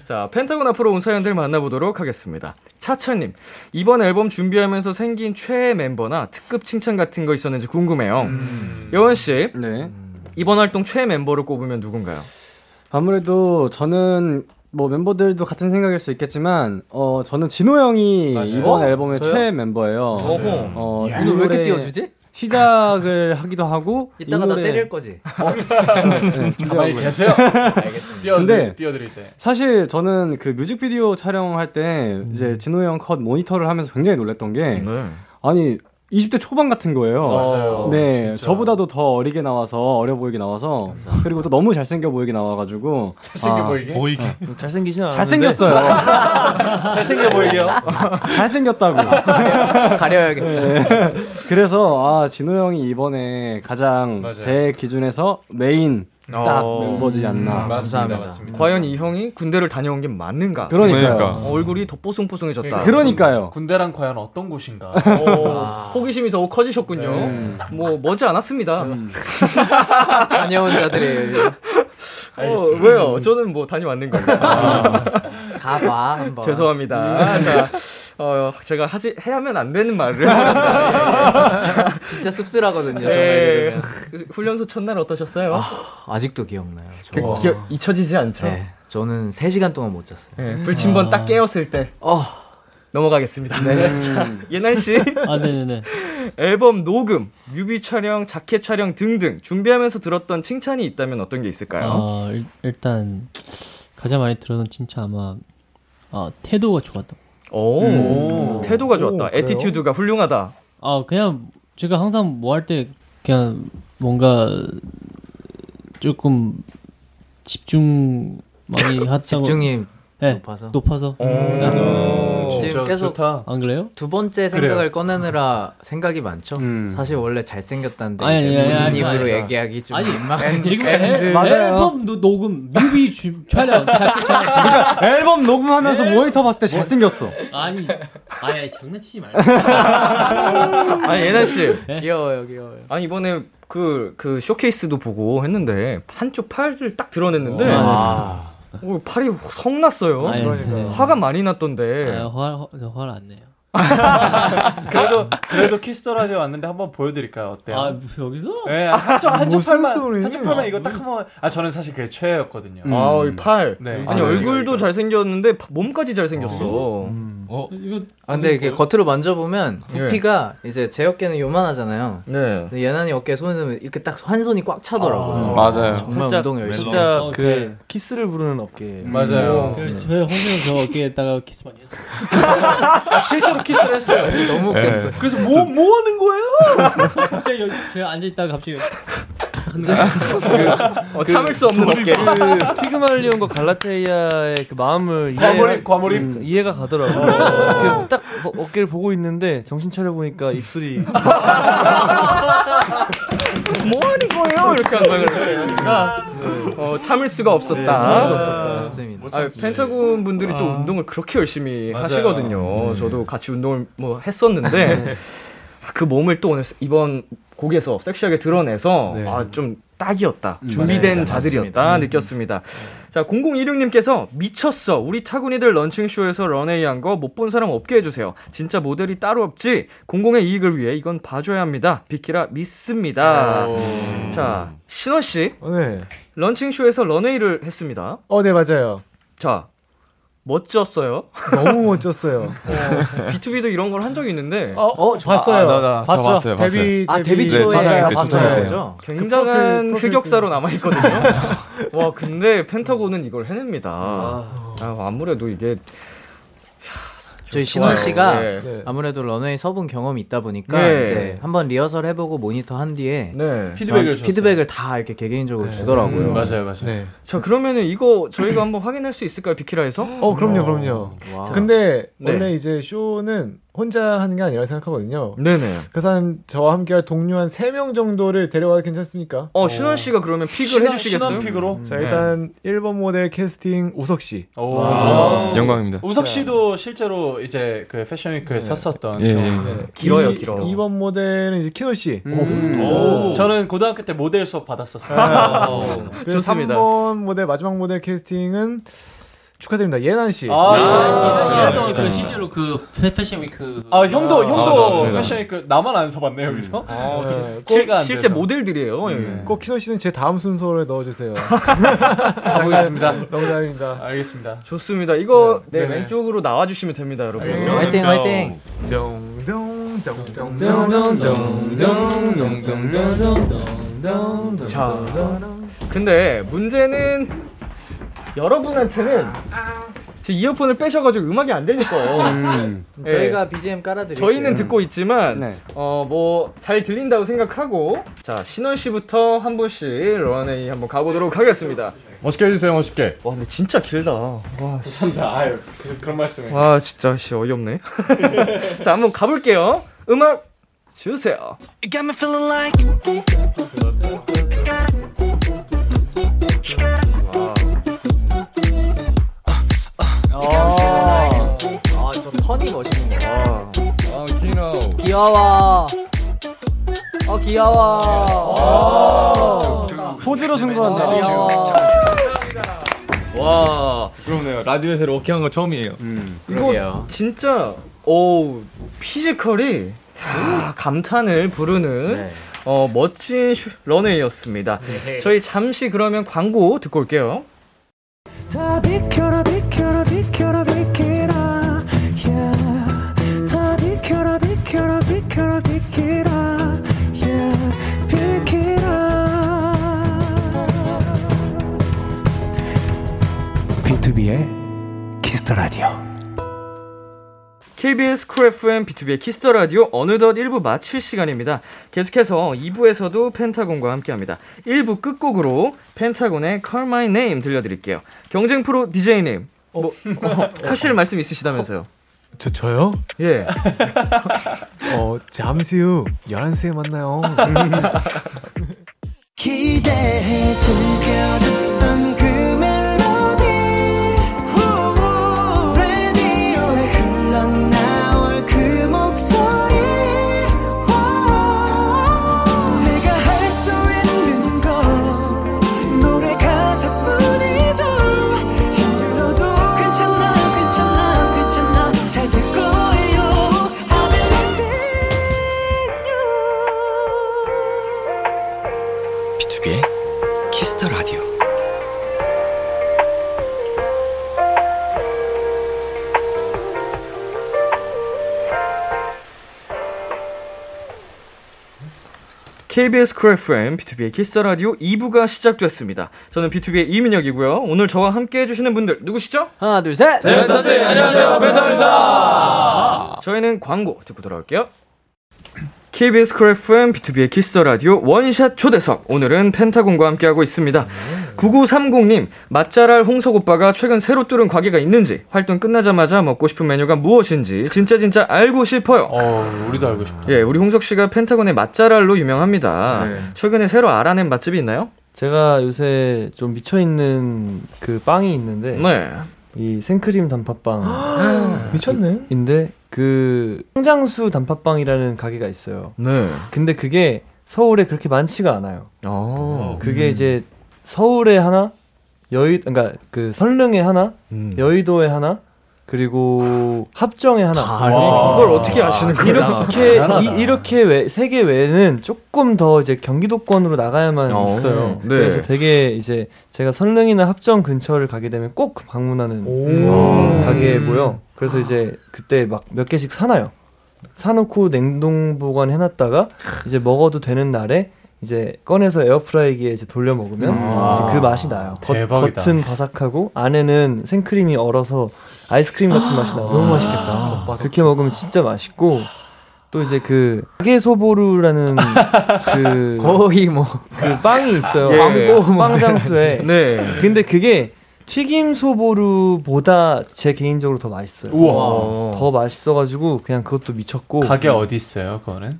자, 펜타곤 앞으로 온 사연들 만나보도록 하겠습니다. 차차님, 이번 앨범 준비하면서 생긴 최애 멤버나 특급 칭찬 같은 거 있었는지 궁금해요. 여원씨, 이번 활동 최애 멤버를 꼽으면 누군가요? 아무래도 저는 뭐 멤버들도 같은 생각일 수 있겠지만 어 저는 진호 형이 이번 어? 앨범의 저요? 최애 멤버예요. 어허. 어, 야. 이 오늘 왜 이렇게 노래 띄워주지? 시작을 하기도 하고 이 이따가 나 노래- 때릴 거지. 어? 네, 가만히 준비하고요. 계세요. [LAUGHS] 알겠습니다. 띄워드릴- 근데 띄워드릴 때. 사실 저는 그 뮤직비디오 촬영할 때 음. 이제 진호 형 컷 모니터를 하면서 굉장히 놀랐던 게 아니 20대 초반 같은 거예요. 네. 맞아요. 어, 네, 저보다도 더 어리게 나와서 어려 보이게 나와서 그리고 또 너무 잘생겨 보이게 나와가지고 아, 잘생겨 보이게? 보이게? 잘생기진 잘생겼어요. 아, 잘생겨 [LAUGHS] 보이게요. [LAUGHS] 잘생겼다고. 가려야겠다. 네. 그래서 아 진호 형이 이번에 가장 제 기준에서 메인 딱 어. 멤버지 않나. 음, 과연 이 형이 군대를 다녀온 게 맞는가? 어, 그러니까요. 그러니까. 얼굴이 덧보송보송해졌다. 네, 그러니까요. 군대랑 과연 어떤 곳인가? 오, 호기심이 더욱 커지셨군요. 네. 뭐 머지 않았습니다. 음, 다녀온 자들의 어, 알겠습니다. 아. 왜요? 저는 뭐 다녀왔는 건데. 아, 가봐 한번. 음. 죄송합니다. 자, 어, 제가 하지 해하면 안 되는 말을. 합니다. 예. [LAUGHS] 진짜 씁쓸하거든요. 예. 저에 훈련소 첫날 어떠셨어요? 아직도 기억나요. 저. 그 기억 잊혀지지 않죠? 네, 저는 3 시간 동안 못 잤어요. 예, 불침번 딱 깨었을 때. 넘어가겠습니다. [LAUGHS] 네. 자, 예난 씨. 아, 네네네. 앨범 녹음, 뮤비 촬영, 자켓 촬영 등등 준비하면서 들었던 칭찬이 있다면 어떤 게 있을까요? 어, 일- 일단 가장 많이 들었던 진짜 아마 어, 태도가 좋았던. 오, 태도가 좋았다. 애티튜드가 훌륭하다. 아 그냥 제가 항상 뭐 할 때 그냥 뭔가 조금 집중 많이 [LAUGHS] 하다고 집중이 네, 높아서? 높아서 그냥- 어, 지금 계속 안 그래요? 두 번째 그래요. 음. 생각을 꺼내느라 생각이 많죠. 사실 원래 잘생겼다는데 아니, 이제 아니, 아니, 아니, 본인 입으로 아니, 아니. 얘기하기 좀 아니, 민망한 지금 앨- 앨범 노- 녹음 뮤비 주- 촬영 자켓 촬영 그러니까 아, 앨범 녹음하면서 모니터 봤을 때 잘생겼어. 아니 아예 장난치지 말고 네. 아니 예나 씨. 귀여워요, 귀여워요. 아니 이번에 그, 그 쇼케이스도 보고 했는데 한쪽 팔을 딱 드러냈는데 아. 오, 팔이 성났어요. 아니, 그러니까요. 화가 많이 났던데. 예. 아, 화, 화, 저 화를 안 내요. 그래도 그래도 키스터 라디오 왔는데 한번 보여드릴까요? 어때요? 아, 여기서? 네, 한쪽 한쪽 무슨 팔만 소리? 한쪽 팔만 이거 딱 한번. 아 저는 사실 그게 최애였거든요. 아, 이 팔. 네. 아니 얼굴도 잘 생겼는데 몸까지 잘 생겼어. 어. 이거 아, 근데 이게 겉으로 만져보면 부피가 이제 제 어깨는 요만하잖아요. 네. 근데 예난이 어깨에 손을 넣으면 이렇게 딱 한 손이 꽉 차더라고요. 아, 맞아요. 정말 살짝 운동 열심히 진짜 했어요. 그 네. 키스를 부르는 네. 어깨. 맞아요. 그래서 저희 홍진영 저 어깨에다가 키스 많이 했어요. 아, 실제로 키스를 했어요. 너무 웃겼어요. 그래서 뭐 뭐 하는 거예요? 갑자기 여기 제가 앉아 있다가 갑자기 근데 어, 참을 수 없는 어깨. 그 피그말리온과 갈라테이아의 그 마음을 이해- 과몰입, 과몰입. 이해가 가더라고. 그딱 뭐 어깨를 보고 있는데 정신 차려 보니까 입술이 뭐 하는 거예요? 이렇게 한다 네. 그랬으니까 어, 참을 수가 없었다. 네, 참을 수 없었다. 맞습니다. 아, 펜타곤 분들이 또 아. 운동을 그렇게 열심히 맞아요. 네. 하시거든요. 저도 같이 운동을 뭐 했었는데 그 몸을 또 오늘 이번 곡에서 섹시하게 드러내서 아, 좀 딱이었다. 네. 음, 준비된 맞습니다. 자들이었다 맞습니다. 느꼈습니다. 자, 0016님께서 미쳤어. 우리 타고니들 런칭쇼에서 런웨이한 거 못 본 사람 없게 해주세요. 진짜 모델이 따로 없지. 공공의 이익을 위해 이건 봐줘야 합니다. 비키라 믿습니다. 자, 신원 씨. 런칭쇼에서 런웨이를 했습니다. 네. 어, 네, 맞아요. 자, 멋졌어요. 너무 멋졌어요. B2B도 이런 걸 한 적이 있는데. 네. 어, 어, 저 봤어요. 아, 나, 나, 저 봤죠? 봤어요, 봤어요. 데뷔- 아, 네, 데뷔 초에 맞아요, 그 봤어요. 초창기죠. [LAUGHS] 굉장한 그 네. 프로필- 프로필 흑역사로 남아 있거든요. 와, 근데 펜타곤은 이걸 해냅니다. 아, 아무래도 이게 저희 신원 좋아요. 씨가 네. 아무래도 런웨이 서본 경험이 있다 보니까 네. 이제 한번 리허설 해보고 모니터 한 뒤에 네. 피드백을 저한테 피드백을 다 이렇게 개개인적으로 주더라고요. 음, 맞아요, 맞아요. 네. 자, 그러면은 이거 저희가 한번 확인할 수 있을까요? 비키라에서? 어, 그럼요, 그럼요. 와. 근데 네. 원래 이제 쇼는 혼자 하는 게 아니라 생각하거든요. 네네. 그래서 한 저와 함께할 동료 한 3명 정도를 데려와도 괜찮습니까? 어, 신원 씨가 그러면 픽을 신원- 해주시겠어요? 신원 픽으로? 자, 네. 일단 1번 모델 캐스팅 우석 씨. 와. 영광입니다. 우석 씨도 실제로 이제 그 패션위크에 섰었던 예, 경우인데. 예. 이- 2번 모델은 이제 키노 씨. 음. 오. 저는 고등학교 때 모델 수업 받았었어요. 그리고 3번 모델 마지막 모델 캐스팅은 축하드립니다. 예난 씨. 아, 네, 그 그러니까. 실제로 그 패- 패션 위크 아 형도 아, 형도 맞습니다. 패션위크 나만 안 서봤네 여기서. 네, 키- 꼭- 실제 네. 모델들이에요. 예. 꼭 키노 씨는 제 다음 순서로 [LAUGHS] 넣어주세요. [LAUGHS] 가보겠습니다. 농담입니다. 알겠습니다. 좋습니다. 이거 네, 네네. 왼쪽으로 나와주시면 됩니다, 여러분. 알겠습니다. 화이팅, 화이팅. 음. 자, 근데 문제는 여러분한테는 제 이어폰을 빼셔가지고 음악이 안 들릴 거. 예. 저희가 BGM 깔아드릴게요. 저희는 듣고 있지만 어뭐 잘 들린다고 생각하고 자 신원 씨부터 한 분씩 런웨이 한번 가보도록 하겠습니다. 멋있게 해주세요, 멋있게. 와, 근데 진짜 길다. 와, 감사합니다. 아유 그- 그런 말씀을. 와 진짜 씨 어이없네. [LAUGHS] 자 한번 가볼게요. 음악 주세요. You got me feeling like 아저 턴이 멋있네요. 아, 키노. 귀여워. 어 귀여워. 포즈로 승부한다. 와. 그럼요. 라디오에서 이렇게 한 거 처음이에요. 이거 진짜 오 피지컬이 야, 감탄을 부르는 어, 멋진 슈- 런웨이였습니다. 네. 저희 잠시 그러면 광고 듣고 올게요. 다 비켜라 비켜라 비켜라 비키라 yeah. 다 비켜라 비켜라 비켜라 비키라 yeah. 비키라 B2B의 키스터 라디오. KBS 쿨 FM B2B의 키스터 라디오 어느덧 1부 마칠 시간입니다. 계속해서 2부에서도 펜타곤과 함께합니다. 1부 끝곡으로 펜타곤의 Call My Name 들려드릴게요. 경쟁 프로 DJ님 뭐 어, 하실 말씀 있으시다면서요? 저 저요? 예. 어, 잠시 후 11시에 만나요. 기대해 즐겨 듣던 그 멜로디 후, 라디오에 흘러나올 그 목소리 와, 내가 할 수 있는 건 노래 가사뿐이죠 힘들어도 괜찮아 괜찮아 괜찮아 잘 될 거예요 I believe B2B의 키스터 라디오. KBS 쿨 FM B2B의 키스터 라디오 2부가 시작됐습니다. 저는 B2B의 이민혁이고요. 오늘 저와 함께 해주시는 분들 누구시죠? 하나 둘 셋. 델타스, 안녕하세요. 벤타입니다. 저희는 광고 듣고 돌아올게요. KBS 쿨 FM B2B의 키스 라디오 원샷 초대석 오늘은 펜타곤과 함께하고 있습니다. 9930님 맛잘알 홍석 오빠가 최근 새로 뚫은 가게가 있는지 활동 끝나자마자 먹고 싶은 메뉴가 무엇인지 진짜 진짜 알고 싶어요. 우리도 알고 싶다. 예, 우리 홍석 씨가 펜타곤의 맛잘알로 유명합니다. 최근에 새로 알아낸 맛집이 있나요? 제가 요새 좀 미쳐 있는 그 빵이 있는데 네. 이 생크림 [GASPS] 단팥빵 미쳤네. 인데 그 황장수 단팥빵이라는 가게가 있어요. 네. 근데 그게 서울에 그렇게 많지가 않아요. 아. 그게 음. 이제 서울에 하나, 여의 그러니까 그 설릉에 하나, 여의도에 하나, 그리고 합정에 하나. 와. 이걸 어떻게 아시는 거야? 이렇게 대단하다. 이, 이렇게 외, 세계 외에는 조금 더 이제 경기도권으로 나가야만 어, 있어요. 네. 그래서 되게 이제 제가 설릉이나 합정 근처를 가게 되면 꼭 방문하는 음, 음. 오. 가게고요. 그래서 이제 그때 막 몇 개씩 사놔요. 사놓고 냉동 보관해놨다가 이제 먹어도 되는 날에 이제 꺼내서 에어프라이기에 이제 돌려 먹으면 음. 아. 이제 그 맛이 나요. 겉, 대박이다. 겉은 바삭하고 안에는 생크림이 얼어서 아이스크림 같은 맛이 나요. 너무 맛있겠다. 겉바삭. 그렇게 먹으면 진짜 맛있고 또 이제 그 가게 소보루라는 그 거의 뭐 [LAUGHS] 그 빵이 있어요. 예. 광고 뭐. 빵 장수에. 네. 근데 그게 튀김 소보루보다 제 개인적으로 더 맛있어요. 우와. 더 맛있어가지고 그냥 그것도 미쳤고. 가게 어디 있어요? 그거는?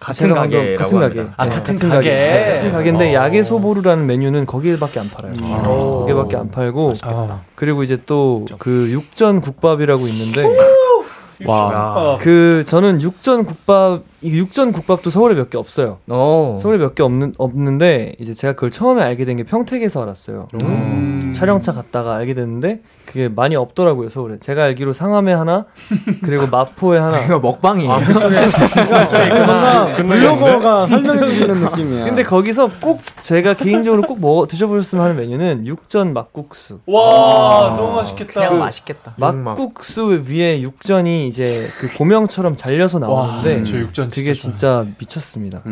같은 제가 가게 방금- 같은 가게. 아 네, 같은, 같은 가게. 네, 같은 가게인데 야게 소보루라는 메뉴는 거기밖에 안 팔아요. 거기밖에 안 팔고. 아. 그리고 이제 또 그 육전 국밥이라고 있는데. 와. 그 저는 육전 국밥 이 육전 국밥도 서울에 몇 개 없어요. 서울에 몇 개 없는 없는데 이제 제가 그걸 처음에 알게 된 게 평택에서 알았어요. 음. 촬영차 갔다가 알게 됐는데 그게 많이 없더라고요 서울에. 제가 알기로 상암에 하나 그리고 마포에 [LAUGHS] 하나. 이거 먹방이에요. 뭔가 네. 블로거가 설명해 주시는 [LAUGHS] 느낌이야. 근데 거기서 꼭 제가 개인적으로 꼭 먹어 드셔보셨으면 하는 메뉴는 육전 막국수. 와, 너무 맛있겠다. 그 막국수 위에 육전이 이제 그 고명처럼 잘려서 나오는데 저 육전 그게 진짜 미쳤습니다.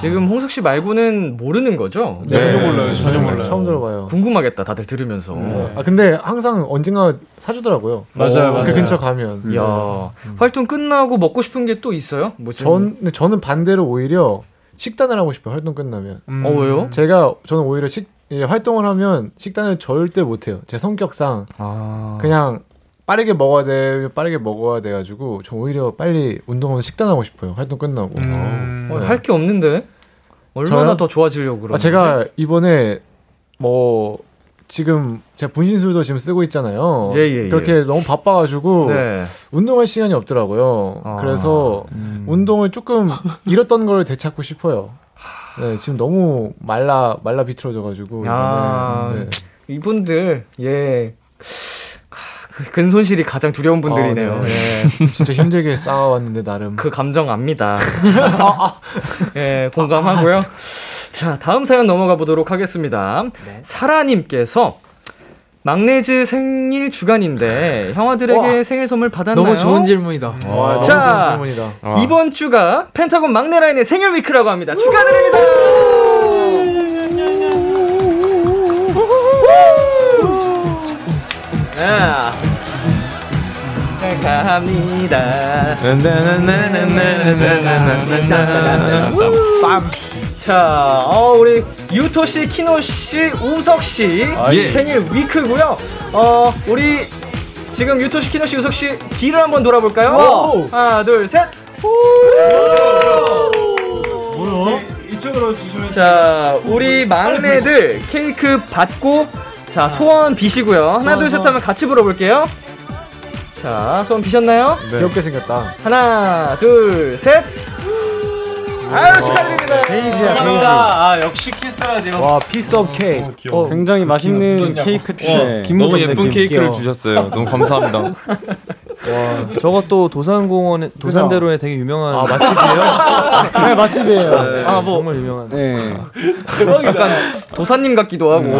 지금 홍석 씨 말고는 모르는 거죠? 네. 전혀 몰라요, 전혀 몰라요. 처음 들어봐요. 궁금하겠다, 다들 들으면서. 음. 아 근데 항상 언젠가 사주더라고요. 맞아요, 어, 맞아요. 음. 그 근처 가면. 이야, 활동 끝나고 먹고 싶은 게 또 있어요? 뭐 전 근데 저는 반대로 오히려 식단을 하고 싶어요. 활동 끝나면. 음. 어, 왜요? 제가 저는 오히려 식 예, 활동을 하면 식단을 절대 못 해요. 제 성격상 아. 그냥 빠르게 먹어야 돼. 빠르게 먹어야 돼 가지고 저 오히려 빨리 운동하고 식단하고 싶어요. 활동 끝나고. 음. 어, 할게 없는데 얼마나 저요? 더 좋아지려고 그러는 아, 제가 이번에 뭐 지금 제가 분신술도 지금 쓰고 있잖아요. 예, 예, 예. 그렇게 너무 바빠가지고 네. 운동할 시간이 없더라고요. 아, 그래서 음. 운동을 조금 잃었던 걸 되찾고 싶어요. 네, 지금 너무 말라 말라 비틀어져가지고 야, 이번에, 네. 이분들 예 하, 그 근손실이 가장 두려운 분들이네요. 아, 네. [LAUGHS] 예. 진짜 힘들게 쌓아왔는데 나름 그 감정 [LAUGHS] 압니다. 예, 공감하고요. 자, 다음 사연 넘어가 보도록 하겠습니다. 네. 사라님께서 막내즈 생일 주간인데 형아들에게 와, 생일 선물 받았나요? 음. 너무 좋은 질문이다. 와, 너무 자, 좋은 질문이다. 아. 와. 이번 주가 펜타곤 막내 라인의 생일 위크라고 합니다. 축하드립니다. 네. 야. 축하합니다. 자, 어, 우리 유토 씨, 키노 씨, 우석 씨 아, 예. 생일 위크고요. 어, 우리 지금 유토 씨, 키노 씨, 우석 씨 뒤를 한번 돌아볼까요? 와우. 하나, 둘, 셋. 뭐야? 이쪽으로 주시면 자, 우리 막내들 케이크 받고 자 소원 비시고요. 하나, 소원, 둘, 셋 소원. 하면 같이 불어볼게요. 자, 소원 비셨나요? 귀엽게 생겼다. 하나, 둘, 셋. 아유 축하드립니다. 베이지야, 감사합니다. 아, 역시 키스타라디오. 와 피스 아, 오브 케이크. 굉장히 맛있는 케이크 네. 티에 너무 예쁜 김. 케이크를 귀여워. 주셨어요. 너무 감사합니다. 와, 저거 또 도산공원에 도산대로에 되게 유명한 아, 맛집이에요? [LAUGHS] 네, 맛집이에요. 아, 뭐 정말 유명한. 네. 약간 도사님 같기도 하고.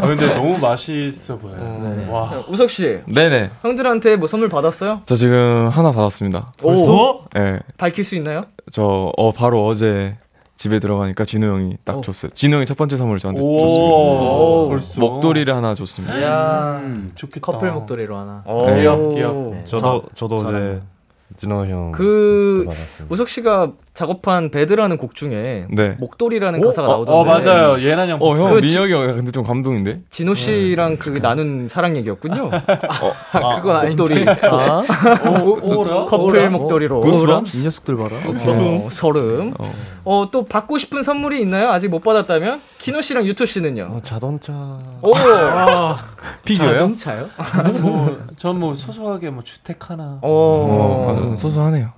아, 근데 너무 맛있어 보여요. 네, 네. 와. 우석 씨, 네네. 형들한테 뭐 선물 받았어요? 저 지금 하나 받았습니다. 벌써? 네. 밝힐 수 있나요? 저 어, 바로 어제 집에 들어가니까 진우 형이 딱 줬어요. 진우 형이 첫 번째 선물 저한테 오, 어. 오, 줬습니다. 벌써. 먹돌이를 하나 줬습니다. 야, 좋겠다. 어. 커플 목도리로 하나. 네. 귀엽, 귀엽. 저도 저도 어제 진호 형. 그 받았습니다. 우석 씨가 작업한 배드라는 곡 중에 네. 목도리라는 오? 가사가 어, 나오던데. 어, 맞아요. 예난 형 봤어요. 그 민혁이 지- 형 근데 좀 감동인데. 진호 씨랑 그 나눈 사랑 얘기였군요. 아, 그건 아닌데. 목도리. 아. 네. 오, 어, 오라? 커플 오라? 목도리로. 구스럼스? 이 녀석들 봐라. 어, 서름. 어. 어, 또 받고 싶은 선물이 있나요? 아직 못 받았다면? 키노 씨랑 유토 씨는요? 자동차. 오. 피규어요? 어, 아, 자동차요? 전뭐 소소하게 뭐 주택 하나. 어. 맞아, 소소하네요.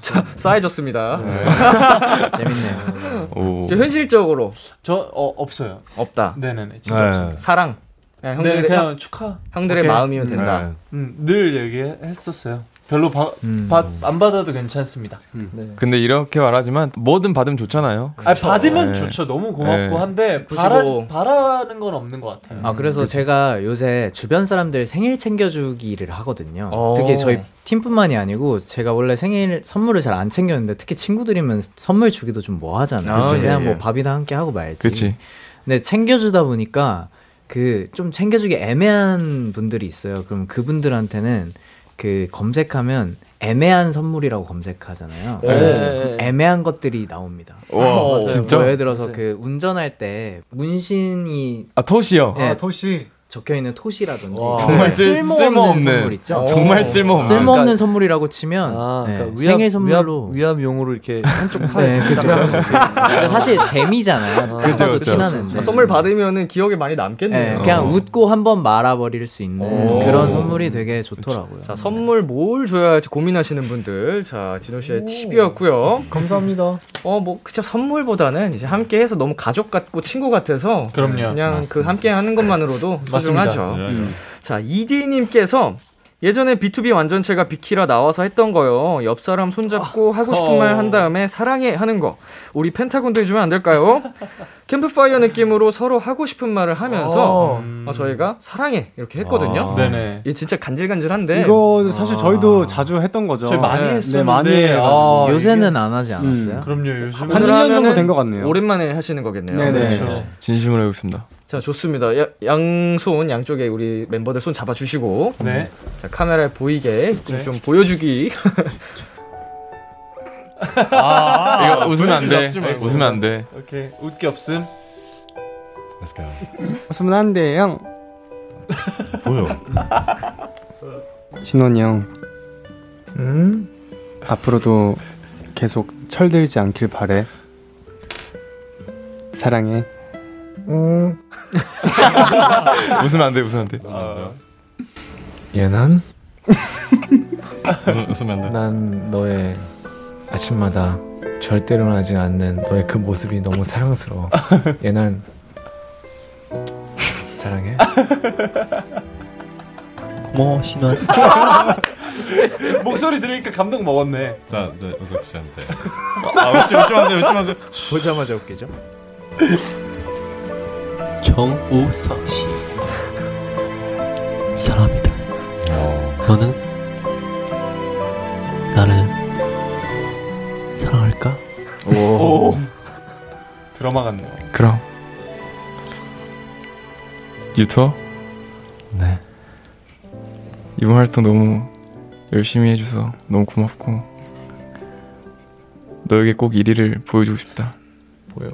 자, 쌓여졌습니다. [LAUGHS] 재밌네요. 오. 저 현실적으로 저 어, 없어요. 없다. 네네네. 진짜 네. 없습니다. 사랑. 그냥 네, 형들의 그냥 형- 축하. 형들의 오케이. 마음이면 네. 된다. 음, 늘 얘기했었어요. 별로 바, 음. 받, 안 받아도 괜찮습니다. 네. 근데 이렇게 말하지만 뭐든 받으면 좋잖아요. 아 네. 받으면 그렇죠. 좋죠. 너무 고맙고 네. 한데 바라 바라는 건 없는 것 같아요. 아 그래서 제가 요새 주변 사람들 생일 챙겨주기를 하거든요. 어. 특히 저희 팀뿐만이 아니고 제가 원래 생일 선물을 잘 안 챙겼는데 특히 친구들이면 선물 주기도 좀 뭐하잖아요. 아, 예, 그냥 예. 뭐 밥이나 함께 하고 말지. 그치. 근데 챙겨주다 보니까 그 좀 챙겨주기 애매한 분들이 있어요. 그럼 그분들한테는 그 검색하면 애매한 선물이라고 검색하잖아요. 오. 그럼 애매한 것들이 나옵니다. 와, 맞아요. 진짜? 뭐 예를 들어서 맞아요. 그 운전할 때 문신이 아 토시요. 예, 토시 적혀 있는 토시라든지 와. 정말 쓸- 쓸모없는 선물 있죠. 정말 아, 쓸모없는. 쓸모없는 그러니까- 선물이라고 치면 아, 네, 그러니까 위압, 생일 선물로 위압, 위압 용어로 이렇게 한쪽 네, 팔. 그렇죠. 근데 그러니까 사실 재미잖아요. 그쵸, 그렇죠, 그쵸. 티나는데. 아, 선물 받으면은 기억에 많이 남겠네요. 어. 네, 그냥 웃고 한번 말아버릴 수 있는 오. 그런 선물이 되게 좋더라고요. 자, 선물 뭘 줘야 할지 고민하시는 분들. 자, 진호 씨의 팁이었고요. 감사합니다. 어, 뭐 그쵸 선물보다는 이제 함께 해서 너무 가족 같고 친구 같아서 그럼요. 그냥 그 함께 하는 것만으로도 어? [LAUGHS] 맞습니다. 소중하죠. 네. 음. 자, 이디 님께서 예전에 B2B 완전체가 비키라 나와서 했던 거요. 옆 사람 아. 손잡고 하고 싶은 어. 말 한 다음에 사랑해 하는 거. 우리 펜타곤도 해주면 안 될까요? 캠프파이어 느낌으로 서로 하고 싶은 말을 하면서 어. 어, 저희가 사랑해 이렇게 했거든요. 아. 네네. 이게 진짜 간질간질한데. 이거 사실 저희도 자주 했던 거죠. 어, 저희 많이 네, 했었는데, 많이 해가지고. 아, 요새는 안 하지 음. 않았어요? 그럼요. 요즘 한 1년 정도 된 것 같네요. 오랜만에 하시는 거겠네요. 그렇죠. 진심으로 하고 있습니다. 자 좋습니다. 야- 양손 양쪽에 우리 멤버들 손 잡아주시고 네. 자 카메라에 보이게 좀, 네. 좀 보여주기. 이거 웃으면 안 돼. 웃지 말고. 웃으면 안 돼. 오케이. 웃기 없음. 웃으면 안 돼요. 보여. 신원이 형. 음? 앞으로도 계속 철들지 않길 바래. 사랑해. 음. 웃으면 안 돼. 웃으면 안 돼. 예난. 음. 웃- 웃으면 안 돼. 난 너의 아침마다 절대로 하지 않는 너의 그 모습이 너무 [LAUGHS] 사랑스러워. 예난. 사랑해. 고마워 신원. 네. 목소리 들으니까 감동 먹었네. 자, 저 우석 [LAUGHS] 씨한테. 아, 웃지- 웃지 마세요, 웃지 마세요. 보자마자 웃기죠. 정우석 씨. 사랑합니다. 어, 너는 나를 사랑할까? 오. 드라마 같네요. 그럼. 유토. 네. 이번 활동 너무 열심히 해줘서 너무 고맙고 너에게 꼭 1위를 보여주고 싶다. 보여.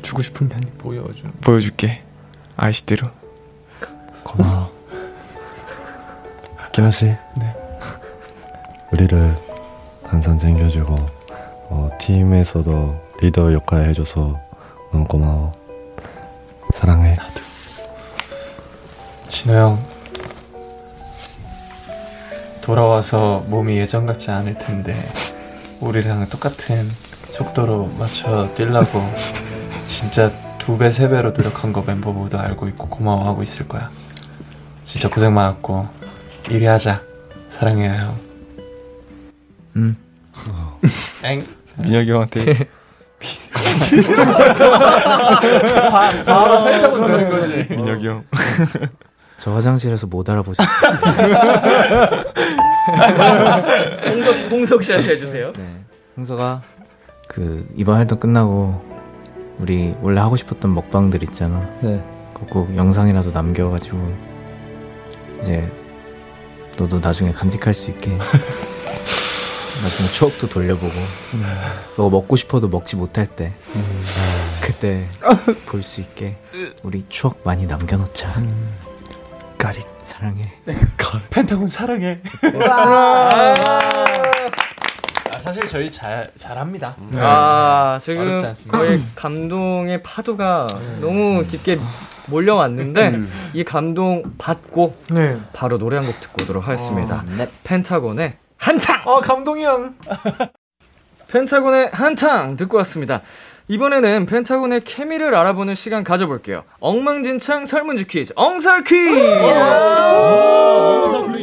주고 싶은 게 아니 보여줘. 보여줄게. 아이시대로. 고마워. 김현 씨. 네. 우리를 항상 챙겨주고 어, 팀에서도 리더 역할 해줘서 너무 고마워. 사랑해. 진호 형 돌아와서 몸이 예전 같지 않을 텐데 우리랑 똑같은 속도로 맞춰 뛰려고 진짜 두 배 세 배로 노력한 거 멤버 모두 알고 있고 고마워하고 있을 거야. 진짜 고생 많았고 일위 하자 사랑해요 형. 엥. 민혁이 형한테 바, 바로 펜타곤 되는 거지. 민혁이 형. 저 화장실에서 못 알아보죠. 홍석 홍석 씨한테 해주세요. 홍서가 그 이번 활동 끝나고 우리 원래 하고 싶었던 먹방들 있잖아. 네. 그거 꼭 영상이라도 남겨가지고 [LAUGHS] 이제 너도 나중에 간직할 수 있게 나중에 추억도 돌려보고 너 먹고 싶어도 먹지 못할 때 [LAUGHS] 그때 볼 수 있게 우리 추억 많이 남겨놓자. 까릭 사랑해. 펜타곤 사랑해. 와. 아, 사실 저희 잘 잘합니다. 아 지금 어렵지 않습니다. 거의 감동의 파도가 너무 깊게 몰려왔는데 음. 이 감동 받고 네. 바로 노래 한 곡 듣고 오도록 하겠습니다. 네. 펜타곤의 한탕. 어 감동이야. [LAUGHS] 펜타곤의 한탕 듣고 왔습니다. 이번에는 펜타곤의 케미를 알아보는 시간 가져볼게요. 엉망진창 설문지 퀴즈, 엉설 퀴즈.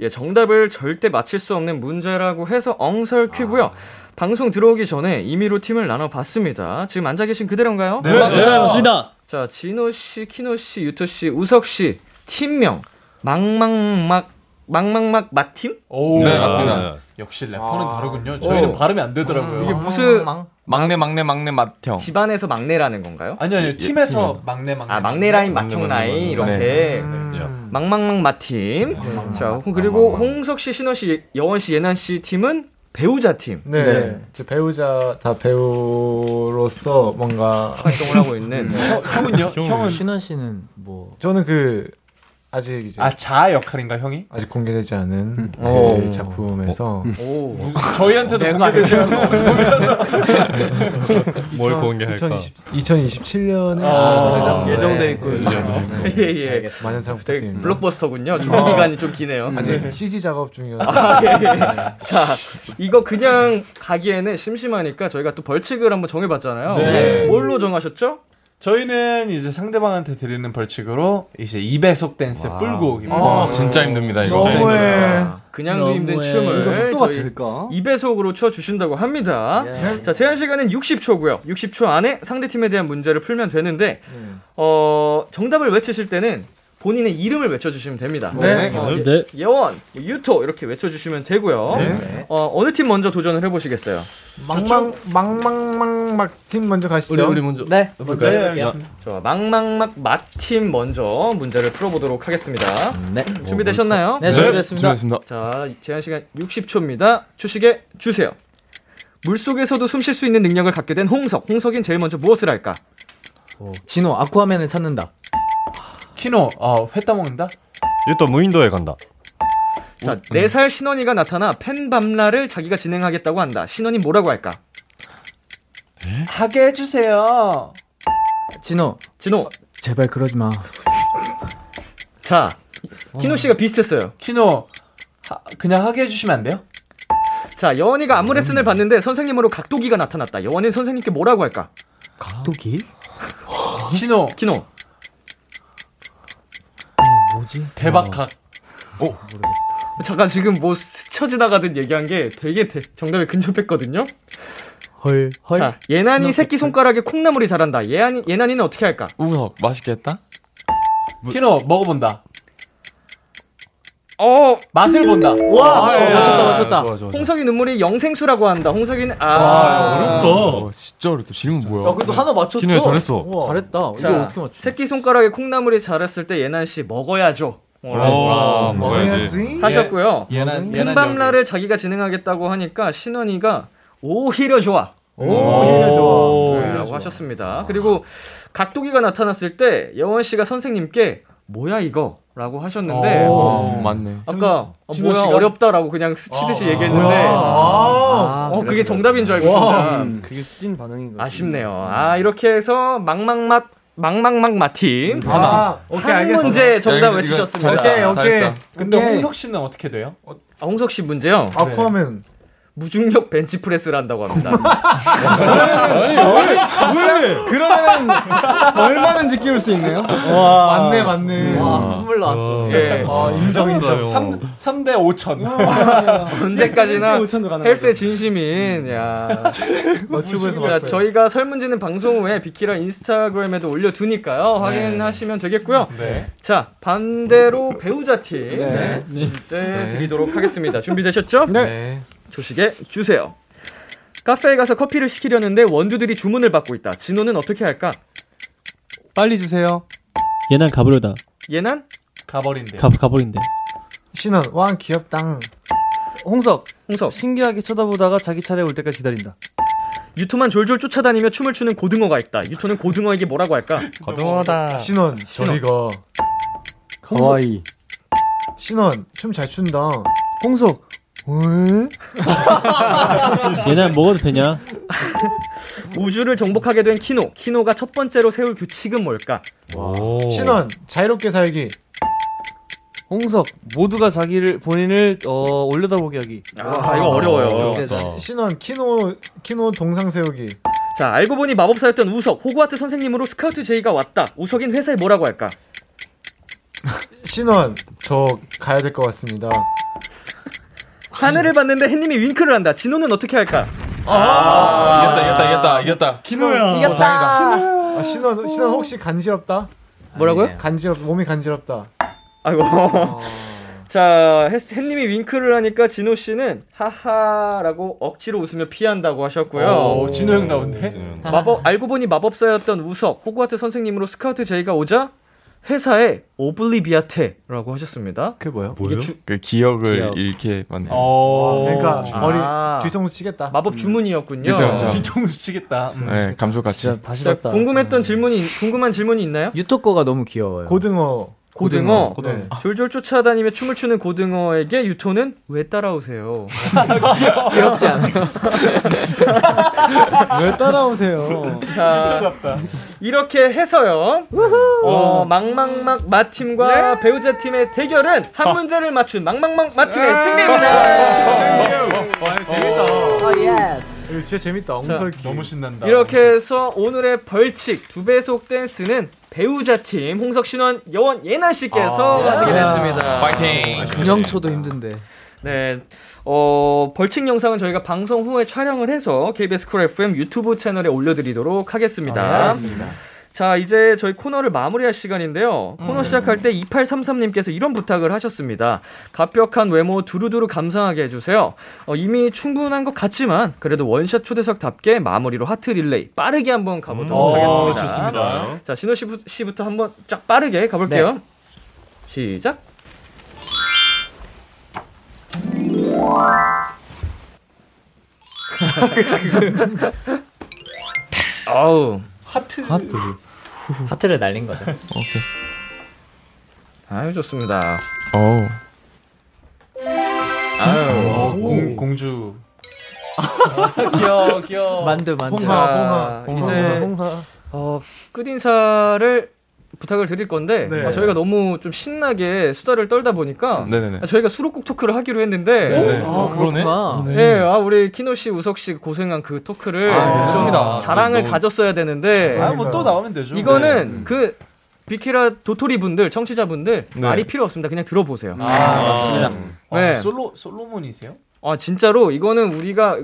예, 정답을 절대 맞힐 수 없는 문제라고 해서 엉설 퀴고요. 방송 들어오기 전에 임의로 팀을 나눠봤습니다. 지금 앉아 계신 그대로인가요? 네, 맞습니다. 네, 맞습니다. 자, 진호 씨, 키노 씨, 유토 씨, 우석 씨 팀명 망망막 망망막 맛팀? 오, 네, 맞습니다. 아, 역시 래퍼는 다르군요. 저희는 발음이 안 되더라고요. 이게 무슨 막내 막내 막내 어. 맏형. 집안에서 막내라는 건가요? 아니 아니 팀에서 막내 막내. 아 막내 라인 맏형 라인 이렇게 네. 네. 음. 망망망 마팀. 자 홍- 그리고 홍석 씨, 신원 씨, 여원 씨, 예난 씨 팀은 배우자 팀. 네. 제 배우자 다 배우로서 뭔가 활동을 하고 있는. 어, 형- 신원 씨는 뭐 저는 그 아직 이제 아 자 역할인가 형이? 아직 공개되지 않은 그 오. 작품에서 오. 저희한테도 공개되지 않은 작품이라서. 뭘 공개할까? 2027년에 아, 네. 예정돼 있군요. 네. 예, 예. 알겠습니다. 많은 사랑 부탁드립니다. 블록버스터군요. 준비 기간이 좀 기네요. 아직 CG 작업 중이어서. 네. 아, 예, 예. 자, 이거 그냥 가기에는 심심하니까 저희가 또 벌칙을 한번 정해봤잖아요. 네. 뭘로 정하셨죠? [LAUGHS] 저희는 이제 상대방한테 드리는 벌칙으로 이제 2배속 댄스 풀고 오기입니다. 아, 진짜 힘듭니다, 이거. 너무해. 아. 그냥도 힘든 춤을 이거 속도가 저희 될까? 어? 2배속으로 춰주신다고 합니다. 자, 제한 시간은 60초고요. 60초 안에 상대팀에 대한 문제를 풀면 되는데 어, 정답을 외치실 때는 본인의 이름을 외쳐주시면 됩니다. 네. 어, 예- 네. 예원, 유토 이렇게 외쳐주시면 되고요. 네. 어, 어느 팀 먼저 도전을 해보시겠어요? 망망 망망망 막팀 먼저 가시죠. 네. 해볼까요? 네, 알겠습니다. 자, 망망막 맛팀 먼저 문제를 풀어보도록 하겠습니다. 네. 준비되셨나요? 네, 준비됐습니다. 네, 준비됐습니다. 자, 제한 시간 60초입니다. 주시게 주세요. 물 속에서도 숨 쉴 수 있는 능력을 갖게 된 홍석. 홍석인 제일 먼저 무엇을 할까? 진호 아쿠아맨을 찾는다. 키노 어, 회 따먹는다. 이또 무인도에 간다. 자, 음. 네 살 신원이가 나타나 팬밤라를 자기가 진행하겠다고 한다. 신원이 뭐라고 할까? 하게 해주세요. 진호. 진호. 어, 제발 그러지 마. 자, 키노 씨가 비슷했어요. 키노 그냥 하게 해주시면 안 돼요? 자, 여원이가 안무 레슨을 받는데 선생님으로 각도기가 나타났다. 여원이는 선생님께 뭐라고 할까? 각도기? 어? 키노. 키노. 뭐지? 어. 대박각. 오. 잠깐 지금 뭐 스쳐 지나가듯 얘기한 게 되게 대- 정답에 근접했거든요. 헐. 헐. 자, 예난이 새끼 손가락에 콩나물이 자란다. 예난이 예난이는 어떻게 할까? 우석 맛있겠다. 키노 먹어본다. 어 맛을 본다. 와 아, 예, 맞췄다, 예, 맞췄다. 좋아, 좋아, 좋아. 홍석이 눈물이 영생수라고 한다. 홍석이는 아, 어, 진짜 어렵다. 질문 뭐야? 기능이 잘했어. 잘했다. 자, 이거 어떻게 맞춰? 새끼 손가락에 콩나물이 자랐을 때 예난 씨 먹어야죠. 와, 먹어야지. 하셨고요. 예, 예난- 예난 큰밤날을 자기가 진행하겠다고 하니까 신원이가 오히려 좋아. 오히려 좋아. 네, 라고 하셨습니다. 그리고 각도기가 나타났을 때 여원 씨가 선생님께 뭐야 이거? 라고 하셨는데 어. 오, 맞네. 아까 어, 진호 뭐야 씨가? 어렵다라고 그냥 아. 스치듯이 얘기했는데 어, 그게 정답인 줄 알고 있습니다. 아, 그게 찐 반응인 거지. 아쉽네요. 아 이렇게 해서 망망맛 망망망 마팀 아, 오케이, 한 알겠어. 문제 정답 야, 이거- 이거 외치셨습니다. 잘했다, 오케이, 오케이. 잘했어. 근데 홍석 씨는 어떻게 돼요? 아, 홍석 씨 문제요? 아쿠아맨 무중력 벤치 프레스를 한다고 [LAUGHS] 합니다. 어, 아니, 진짜. 그러면은 얼마나 지킬 수 있네요? 와. 맞네, 맞네. 음. 아, 와, 선물 나왔어. 예. 아, 인정 인정. 어. 3, 3대 5천. 언제까지나 헬스의 진심인 야. 유튜브에서 자, 봤어요. 저희가 설문지는 방송 후에 비키라 인스타그램에도 올려두니까요. 확인하시면 되겠고요. 네. 자 반대로 배우자 팀 네. 문제 드리도록 하겠습니다. 준비되셨죠? 네. 조식에 주세요. 카페에 가서 커피를 시키려는데 원두들이 주문을 받고 있다. 진호는 어떻게 할까? 빨리 주세요. 얘는 가버려다. 예난? 가버린대. 가 가버린데. 신원 왕 귀엽당. 홍석. 홍석. 신기하게 쳐다보다가 자기 차례 올 때까지 기다린다. 유토만 졸졸 쫓아다니며 춤을 추는 고등어가 있다. 유토는 고등어에게 뭐라고 할까? 고등어다. 신원 저리 가. 가와이. 신원 춤 잘 춘다. 홍석. 얘네 먹어도 되냐? 우주를 정복하게 된 키노. 키노가 첫 번째로 세울 규칙은 뭘까? 신원 자유롭게 살기. 홍석 모두가 자기를 본인을 어, 올려다보게 하기. 아, 이거 어려워요. 신원 키노 키노 동상 세우기. 자, 알고 보니 마법사였던 우석, 호그와트 선생님으로 스카우트 제이가 왔다. 우석인 회사에 뭐라고 할까? 신원 저 가야 될 것 같습니다. 하늘을 봤는데 햇님이 윙크를 한다. 진호는 어떻게 할까? 이겼다 이겼다 이겼다 이겼다. 이겼다. 아, 신원 신원 혹시 간지럽다? 뭐라고요? 간지럽 몸이 간지럽다. 아이고. [LAUGHS] 자, 햇- 햇님이 윙크를 하니까 진호 씨는 하하라고 억지로 웃으며 피한다고 하셨고요. 오, 진호 형 나온대. 마법 알고 보니 마법사였던 우석 호그와트 선생님으로 스카우트 제이가 오자 회사에 오블리비아테라고 하셨습니다. 그게 뭐예요? 뭐요? 그 기억을 기억. 잃게 만든. [LAUGHS] 어, 그러니까 머리 뒤통수 치겠다. 아. 마법 주문이었군요. 그쵸, 그쵸. 뒤통수 치겠다. 네, 감속같이. 자, 궁금했던 질문이 궁금한 질문이 있나요? 유토 거가 너무 귀여워요. 고등어. 고등어, 고등어. 네. 졸졸 쫓아다니며 춤을 추는 고등어에게 유토는 왜 따라오세요? [LAUGHS] 귀엽지 않아요? [LAUGHS] 왜 따라오세요? 자, 이렇게 해서요. 어, 망망막 마팀과 배우자 팀의 대결은 한 문제를 맞춘 망망막 마팀의 승리입니다. 재밌다. 오, 이거 진짜 재밌다. 엉설기. 너무 신난다. 이렇게 해서 오늘의 벌칙 두 배속 댄스는 배우자 팀 홍석 신원 여원 예나 씨께서 아. 하시게 야. 됐습니다. 파이팅. 아, 준영초도 힘든데. 네. 어, 벌칙 영상은 저희가 방송 후에 촬영을 해서 KBS 쿨 FM 유튜브 채널에 올려드리도록 하겠습니다. 아, 네, 알겠습니다. 자, 이제 저희 코너를 마무리할 시간인데요. 코너 시작할 때 2833님께서 이런 부탁을 하셨습니다. 갑벽한 외모 두루두루 감상하게 해주세요. 어, 이미 충분한 것 같지만, 그래도 원샷 초대석답게 마무리로 하트 릴레이 빠르게 한번 가보도록 음. 어, 오, 하겠습니다. 좋습니다. 자, 신호 씨부- 씨부터 한번 쫙 빠르게 가볼게요. 네. 시작. [LAUGHS] 아우 하트. 하트. 하트를 날린 거죠. 오케이. 아유 좋습니다. 어. 어, 공, 공주. 귀여워 귀여워. 만두 만두. 아, 자, 이제 어, 끝 인사를 부탁을 드릴 건데 네. 아, 저희가 너무 좀 신나게 수다를 떨다 보니까 네네네. 아, 저희가 수록곡 토크를 하기로 했는데 네. 아, 그러네. 네, 아, 우리 키노 씨, 우석 씨 고생한 그 토크를 음. 아, 좀 괜찮습니다. 자랑을 너무- 가졌어야 되는데 아, 뭐또 나오면 되죠. 네. 이거는 그 비키라 도토리 분들, 청취자분들 네. 말이 필요 없습니다. 그냥 들어보세요. 아, 맞습니다. 아, 아, 네. 솔로 솔로몬이세요? 아 진짜로 이거는 우리가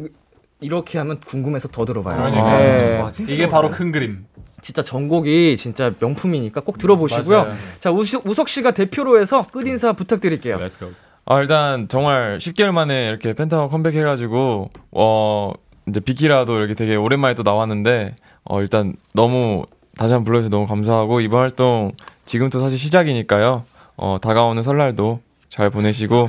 이렇게 하면 궁금해서 더 들어봐요. 그러니까요. 아, 네. 네. 와, 진짜 이게 바로 큰 그림. 네. 진짜 전곡이 진짜 명품이니까 꼭 들어보시고요. 맞아요. 자 우시, 우석 씨가 대표로 해서 끝 인사 부탁드릴게요. 아 일단 정말 10개월 만에 이렇게 펜타워 컴백해가지고 어 이제 비키라도 이렇게 되게 오랜만에 또 나왔는데 어 일단 너무 다시 한번 불러주셔서 너무 감사하고 이번 활동 지금부터 사실 시작이니까요 어 다가오는 설날도 잘 보내시고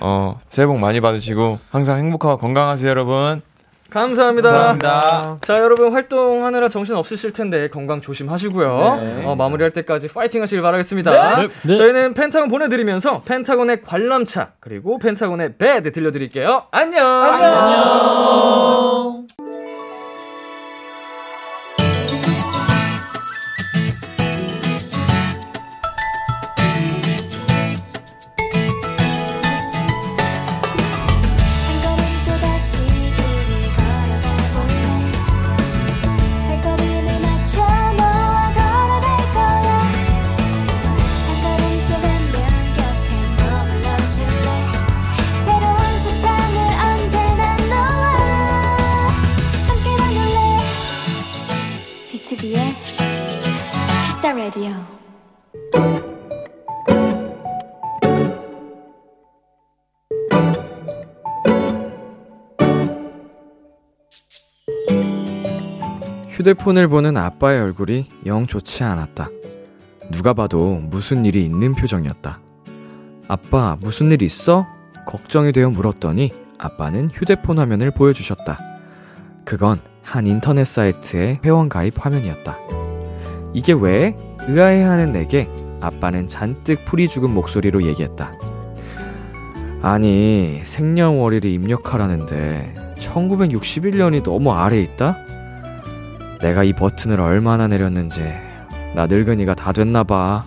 어 새해 복 많이 받으시고 항상 행복하고 건강하세요 여러분 감사합니다. 감사합니다. 자 여러분 활동하느라 정신 없으실 텐데 건강 조심하시고요. 네. 어, 마무리할 때까지 파이팅하시길 바라겠습니다. 네. 저희는 펜타곤 보내드리면서 펜타곤의 관람차 그리고 펜타곤의 배드 들려드릴게요. 안녕. 안녕. 한 걸음 또다시 길을 걸어가 볼래 발걸음을 맞춰 너와 걸어갈 거야 한 걸음 또 가면 곁에 머물러 줄래 새로운 세상을 언제나 너와 함께 만들래 B2B의 Kiss the Radio 휴대폰을 보는 아빠의 얼굴이 영 좋지 않았다. 누가 봐도 무슨 일이 있는 표정이었다. 아빠, 무슨 일 있어? 걱정이 되어 물었더니 아빠는 휴대폰 화면을 보여주셨다. 그건 한 인터넷 사이트의 회원 가입 화면이었다. 이게 왜? 의아해하는 내게 아빠는 잔뜩 풀이 죽은 목소리로 얘기했다. 아니, 생년월일을 입력하라는데 1961년이 너무 아래 있다? 내가 이 버튼을 얼마나 내렸는지 나 늙은이가 다 됐나 봐.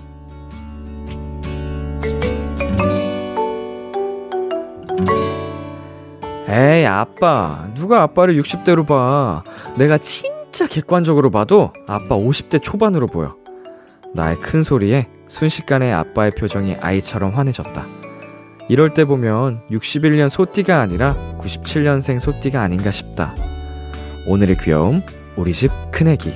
에이 아빠 누가 아빠를 60대로 봐 내가 진짜 객관적으로 봐도 아빠 50대 초반으로 보여 나의 큰 소리에 순식간에 아빠의 표정이 아이처럼 환해졌다 이럴 때 보면 61년 소띠가 아니라 97년생 소띠가 아닌가 싶다 오늘의 귀여움 우리 집 큰애기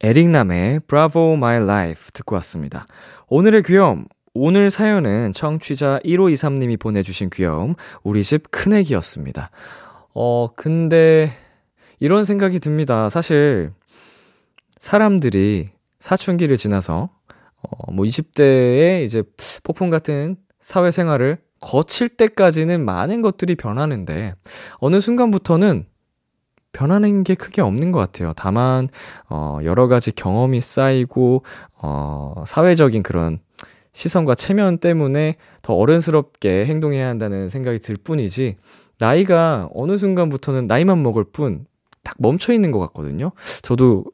에릭남의 Bravo My Life 듣고 왔습니다. 오늘의 귀여움. 오늘 사연은 청취자 1523님이 보내주신 귀여움, 우리 집 큰애기였습니다. 어, 근데, 이런 생각이 듭니다. 사실, 사람들이 사춘기를 지나서, 어, 뭐 20대에 이제 폭풍 같은 사회생활을 거칠 때까지는 많은 것들이 변하는데, 어느 순간부터는 변하는 게 크게 없는 것 같아요. 다만, 어, 여러 가지 경험이 쌓이고, 어, 사회적인 그런 시선과 체면 때문에 더 어른스럽게 행동해야 한다는 생각이 들 뿐이지, 나이가 어느 순간부터는 나이만 먹을 뿐, 딱 멈춰 있는 것 같거든요. 저도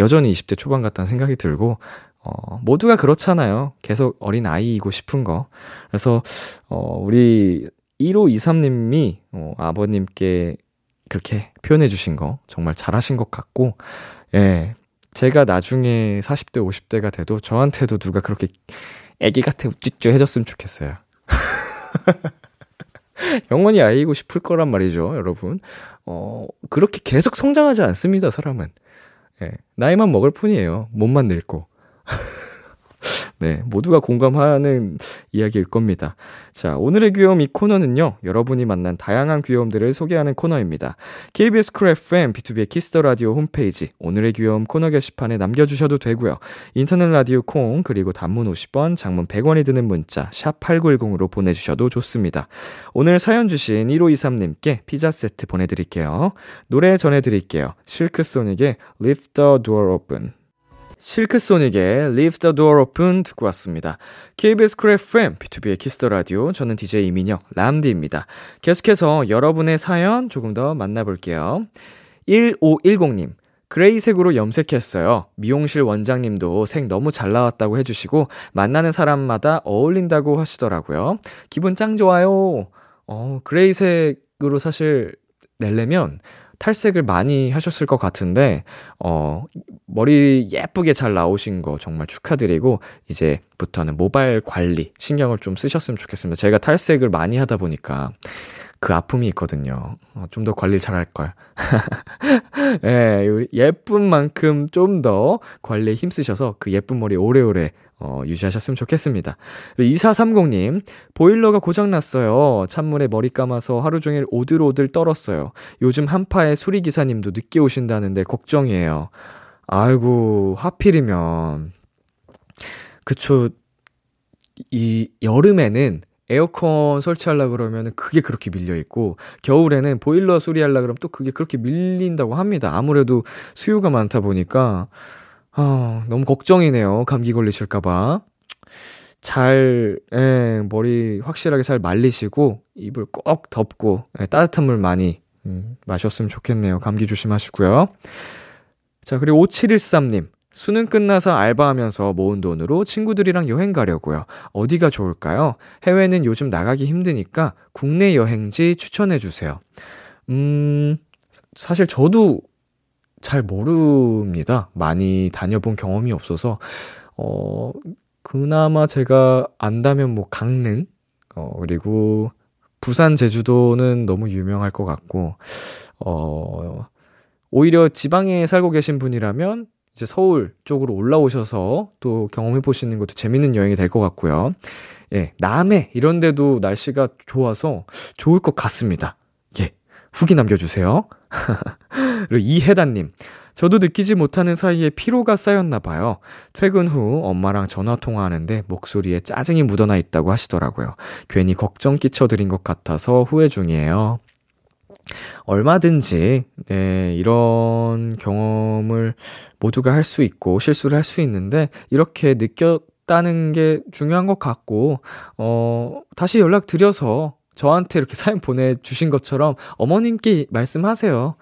여전히 20대 초반 같다는 생각이 들고, 어, 모두가 그렇잖아요. 계속 어린 아이이고 싶은 거. 그래서, 어, 우리 1523님이 어, 아버님께 그렇게 표현해 주신 거 정말 잘하신 것 같고, 예. 제가 나중에 40대, 50대가 돼도 저한테도 누가 그렇게 애기 같아 우쭈쭈 해줬으면 좋겠어요. [LAUGHS] 영원히 아이고 싶을 거란 말이죠, 여러분. 어, 그렇게 계속 성장하지 않습니다, 사람은. 예. 나이만 먹을 뿐이에요. 몸만 늙고. 네, 모두가 공감하는 이야기일 겁니다. 자, 오늘의 귀여움 이 코너는요, 여러분이 만난 다양한 귀여움들을 소개하는 코너입니다. KBS 쿨 FM, B2B의 키스터 라디오 홈페이지, 오늘의 귀여움 코너 게시판에 남겨주셔도 되고요. 인터넷 라디오 콩, 그리고 단문 50원, 장문 100원이 드는 문자, 샵8910으로 보내주셔도 좋습니다. 오늘 사연 주신 1523님께 피자 세트 보내드릴게요. 노래 전해드릴게요. 실크소닉의 Leave the Door Open. 실크소닉의 Leave the Door Open 듣고 왔습니다. KBS 쿨 FM, B2B의 키스터 라디오, 저는 DJ 이민혁, 람디입니다. 계속해서 여러분의 사연 조금 더 만나볼게요. 1510님, 그레이색으로 염색했어요. 미용실 원장님도 색 너무 잘 나왔다고 해주시고, 만나는 사람마다 어울린다고 하시더라고요. 기분 짱 좋아요. 어, 그레이색으로 사실 내려면 탈색을 많이 하셨을 것 같은데, 어, 머리 예쁘게 잘 나오신 거 정말 축하드리고, 이제부터는 모발 관리, 신경을 좀 쓰셨으면 좋겠습니다. 제가 탈색을 많이 하다 보니까 그 아픔이 있거든요. 어, 좀 더 관리를 잘 할걸. [LAUGHS] 예, 예쁜 만큼 좀 더 관리에 힘쓰셔서 그 예쁜 머리 오래오래 어, 유지하셨으면 좋겠습니다. 2430님, 보일러가 고장났어요. 찬물에 머리 감아서 하루 종일 오들오들 떨었어요. 요즘 한파에 수리기사님도 늦게 오신다는데 걱정이에요. 아이고, 하필이면. 그쵸. 이 여름에는 에어컨 설치하려 그러면 그게 그렇게 밀려 있고 겨울에는 보일러 수리하려 그러면 또 그게 그렇게 밀린다고 합니다. 아무래도 수요가 많다 보니까 아, 너무 걱정이네요. 감기 걸리실까 봐. 잘 예, 머리 확실하게 잘 말리시고 이불 꼭 덮고 예, 따뜻한 물 많이 음, 마셨으면 좋겠네요. 감기 조심하시고요. 자, 그리고 5713님. 수능 끝나서 알바하면서 모은 돈으로 친구들이랑 여행 가려고요. 어디가 좋을까요? 해외는 요즘 나가기 힘드니까 국내 여행지 추천해 주세요. 음, 사실 저도 잘 모릅니다. 많이 다녀본 경험이 없어서, 어, 그나마 제가 안다면 뭐 강릉, 어, 그리고 부산, 제주도는 너무 유명할 것 같고, 어, 오히려 지방에 살고 계신 분이라면 이제 서울 쪽으로 올라오셔서 또 경험해 보시는 것도 재밌는 여행이 될 것 같고요. 예, 남해 이런 데도 날씨가 좋아서 좋을 [LAUGHS] 것 같습니다. 예, 후기 남겨주세요. 그리고 이혜단님. 저도 느끼지 못하는 사이에 피로가 쌓였나 봐요. 퇴근 후 엄마랑 전화 통화하는데 목소리에 짜증이 묻어나 있다고 하시더라고요. 괜히 걱정 끼쳐드린 것 같아서 후회 중이에요. 얼마든지 네, 이런 경험을 모두가 할 수 있고 실수를 할 수 있는데 이렇게 느꼈다는 게 중요한 것 같고 어 다시 연락 드려서 저한테 이렇게 [LAUGHS] 사연 보내주신 것처럼 어머님께 말씀하세요.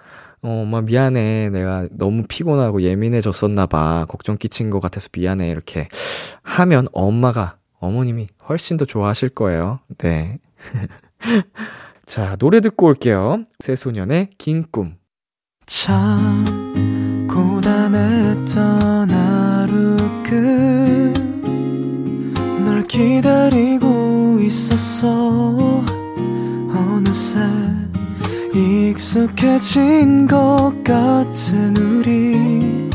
어, 엄마 미안해. 내가 너무 피곤하고 예민해졌었나 봐. 걱정 끼친 것 같아서 미안해. 이렇게 하면 엄마가 어머님이 훨씬 더 좋아하실 거예요. 네. [LAUGHS] 자, 노래 듣고 올게요. 새소년의 긴 꿈. 참 고단했던 하루 끝널 기다리고 있었어 어느새 익숙해진 것 같은 우리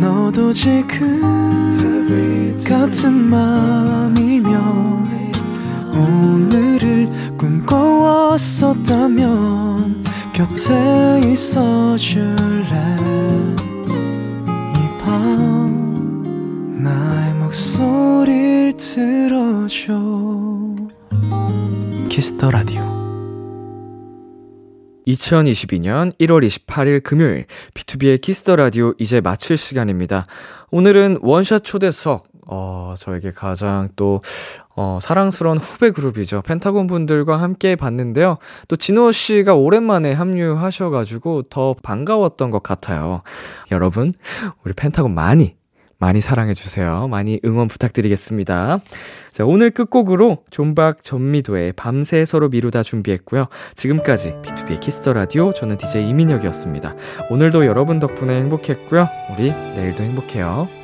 너도 지금 같은 마음이면 오늘을 꿈꿔왔었다면 곁에 있어줄래 이 밤 나의 목소리를 들어줘 키스터 라디오 2022년 1월 28일 금요일 B2B의 키스터 라디오 이제 마칠 시간입니다. 오늘은 원샷 초대석 어, 저에게 가장 또 어, 사랑스러운 후배 그룹이죠. 펜타곤 분들과 함께 봤는데요. 또 진호 씨가 오랜만에 합류하셔 가지고 더 반가웠던 것 같아요. 여러분, 우리 펜타곤 많이 많이 사랑해주세요. 많이 응원 부탁드리겠습니다. 자, 오늘 끝곡으로 존박 전미도의 밤새 서로 미루다 준비했고요. 지금까지 B2B의 키스터 라디오 저는 DJ 이민혁이었습니다. 오늘도 여러분 덕분에 행복했고요. 우리 내일도 행복해요.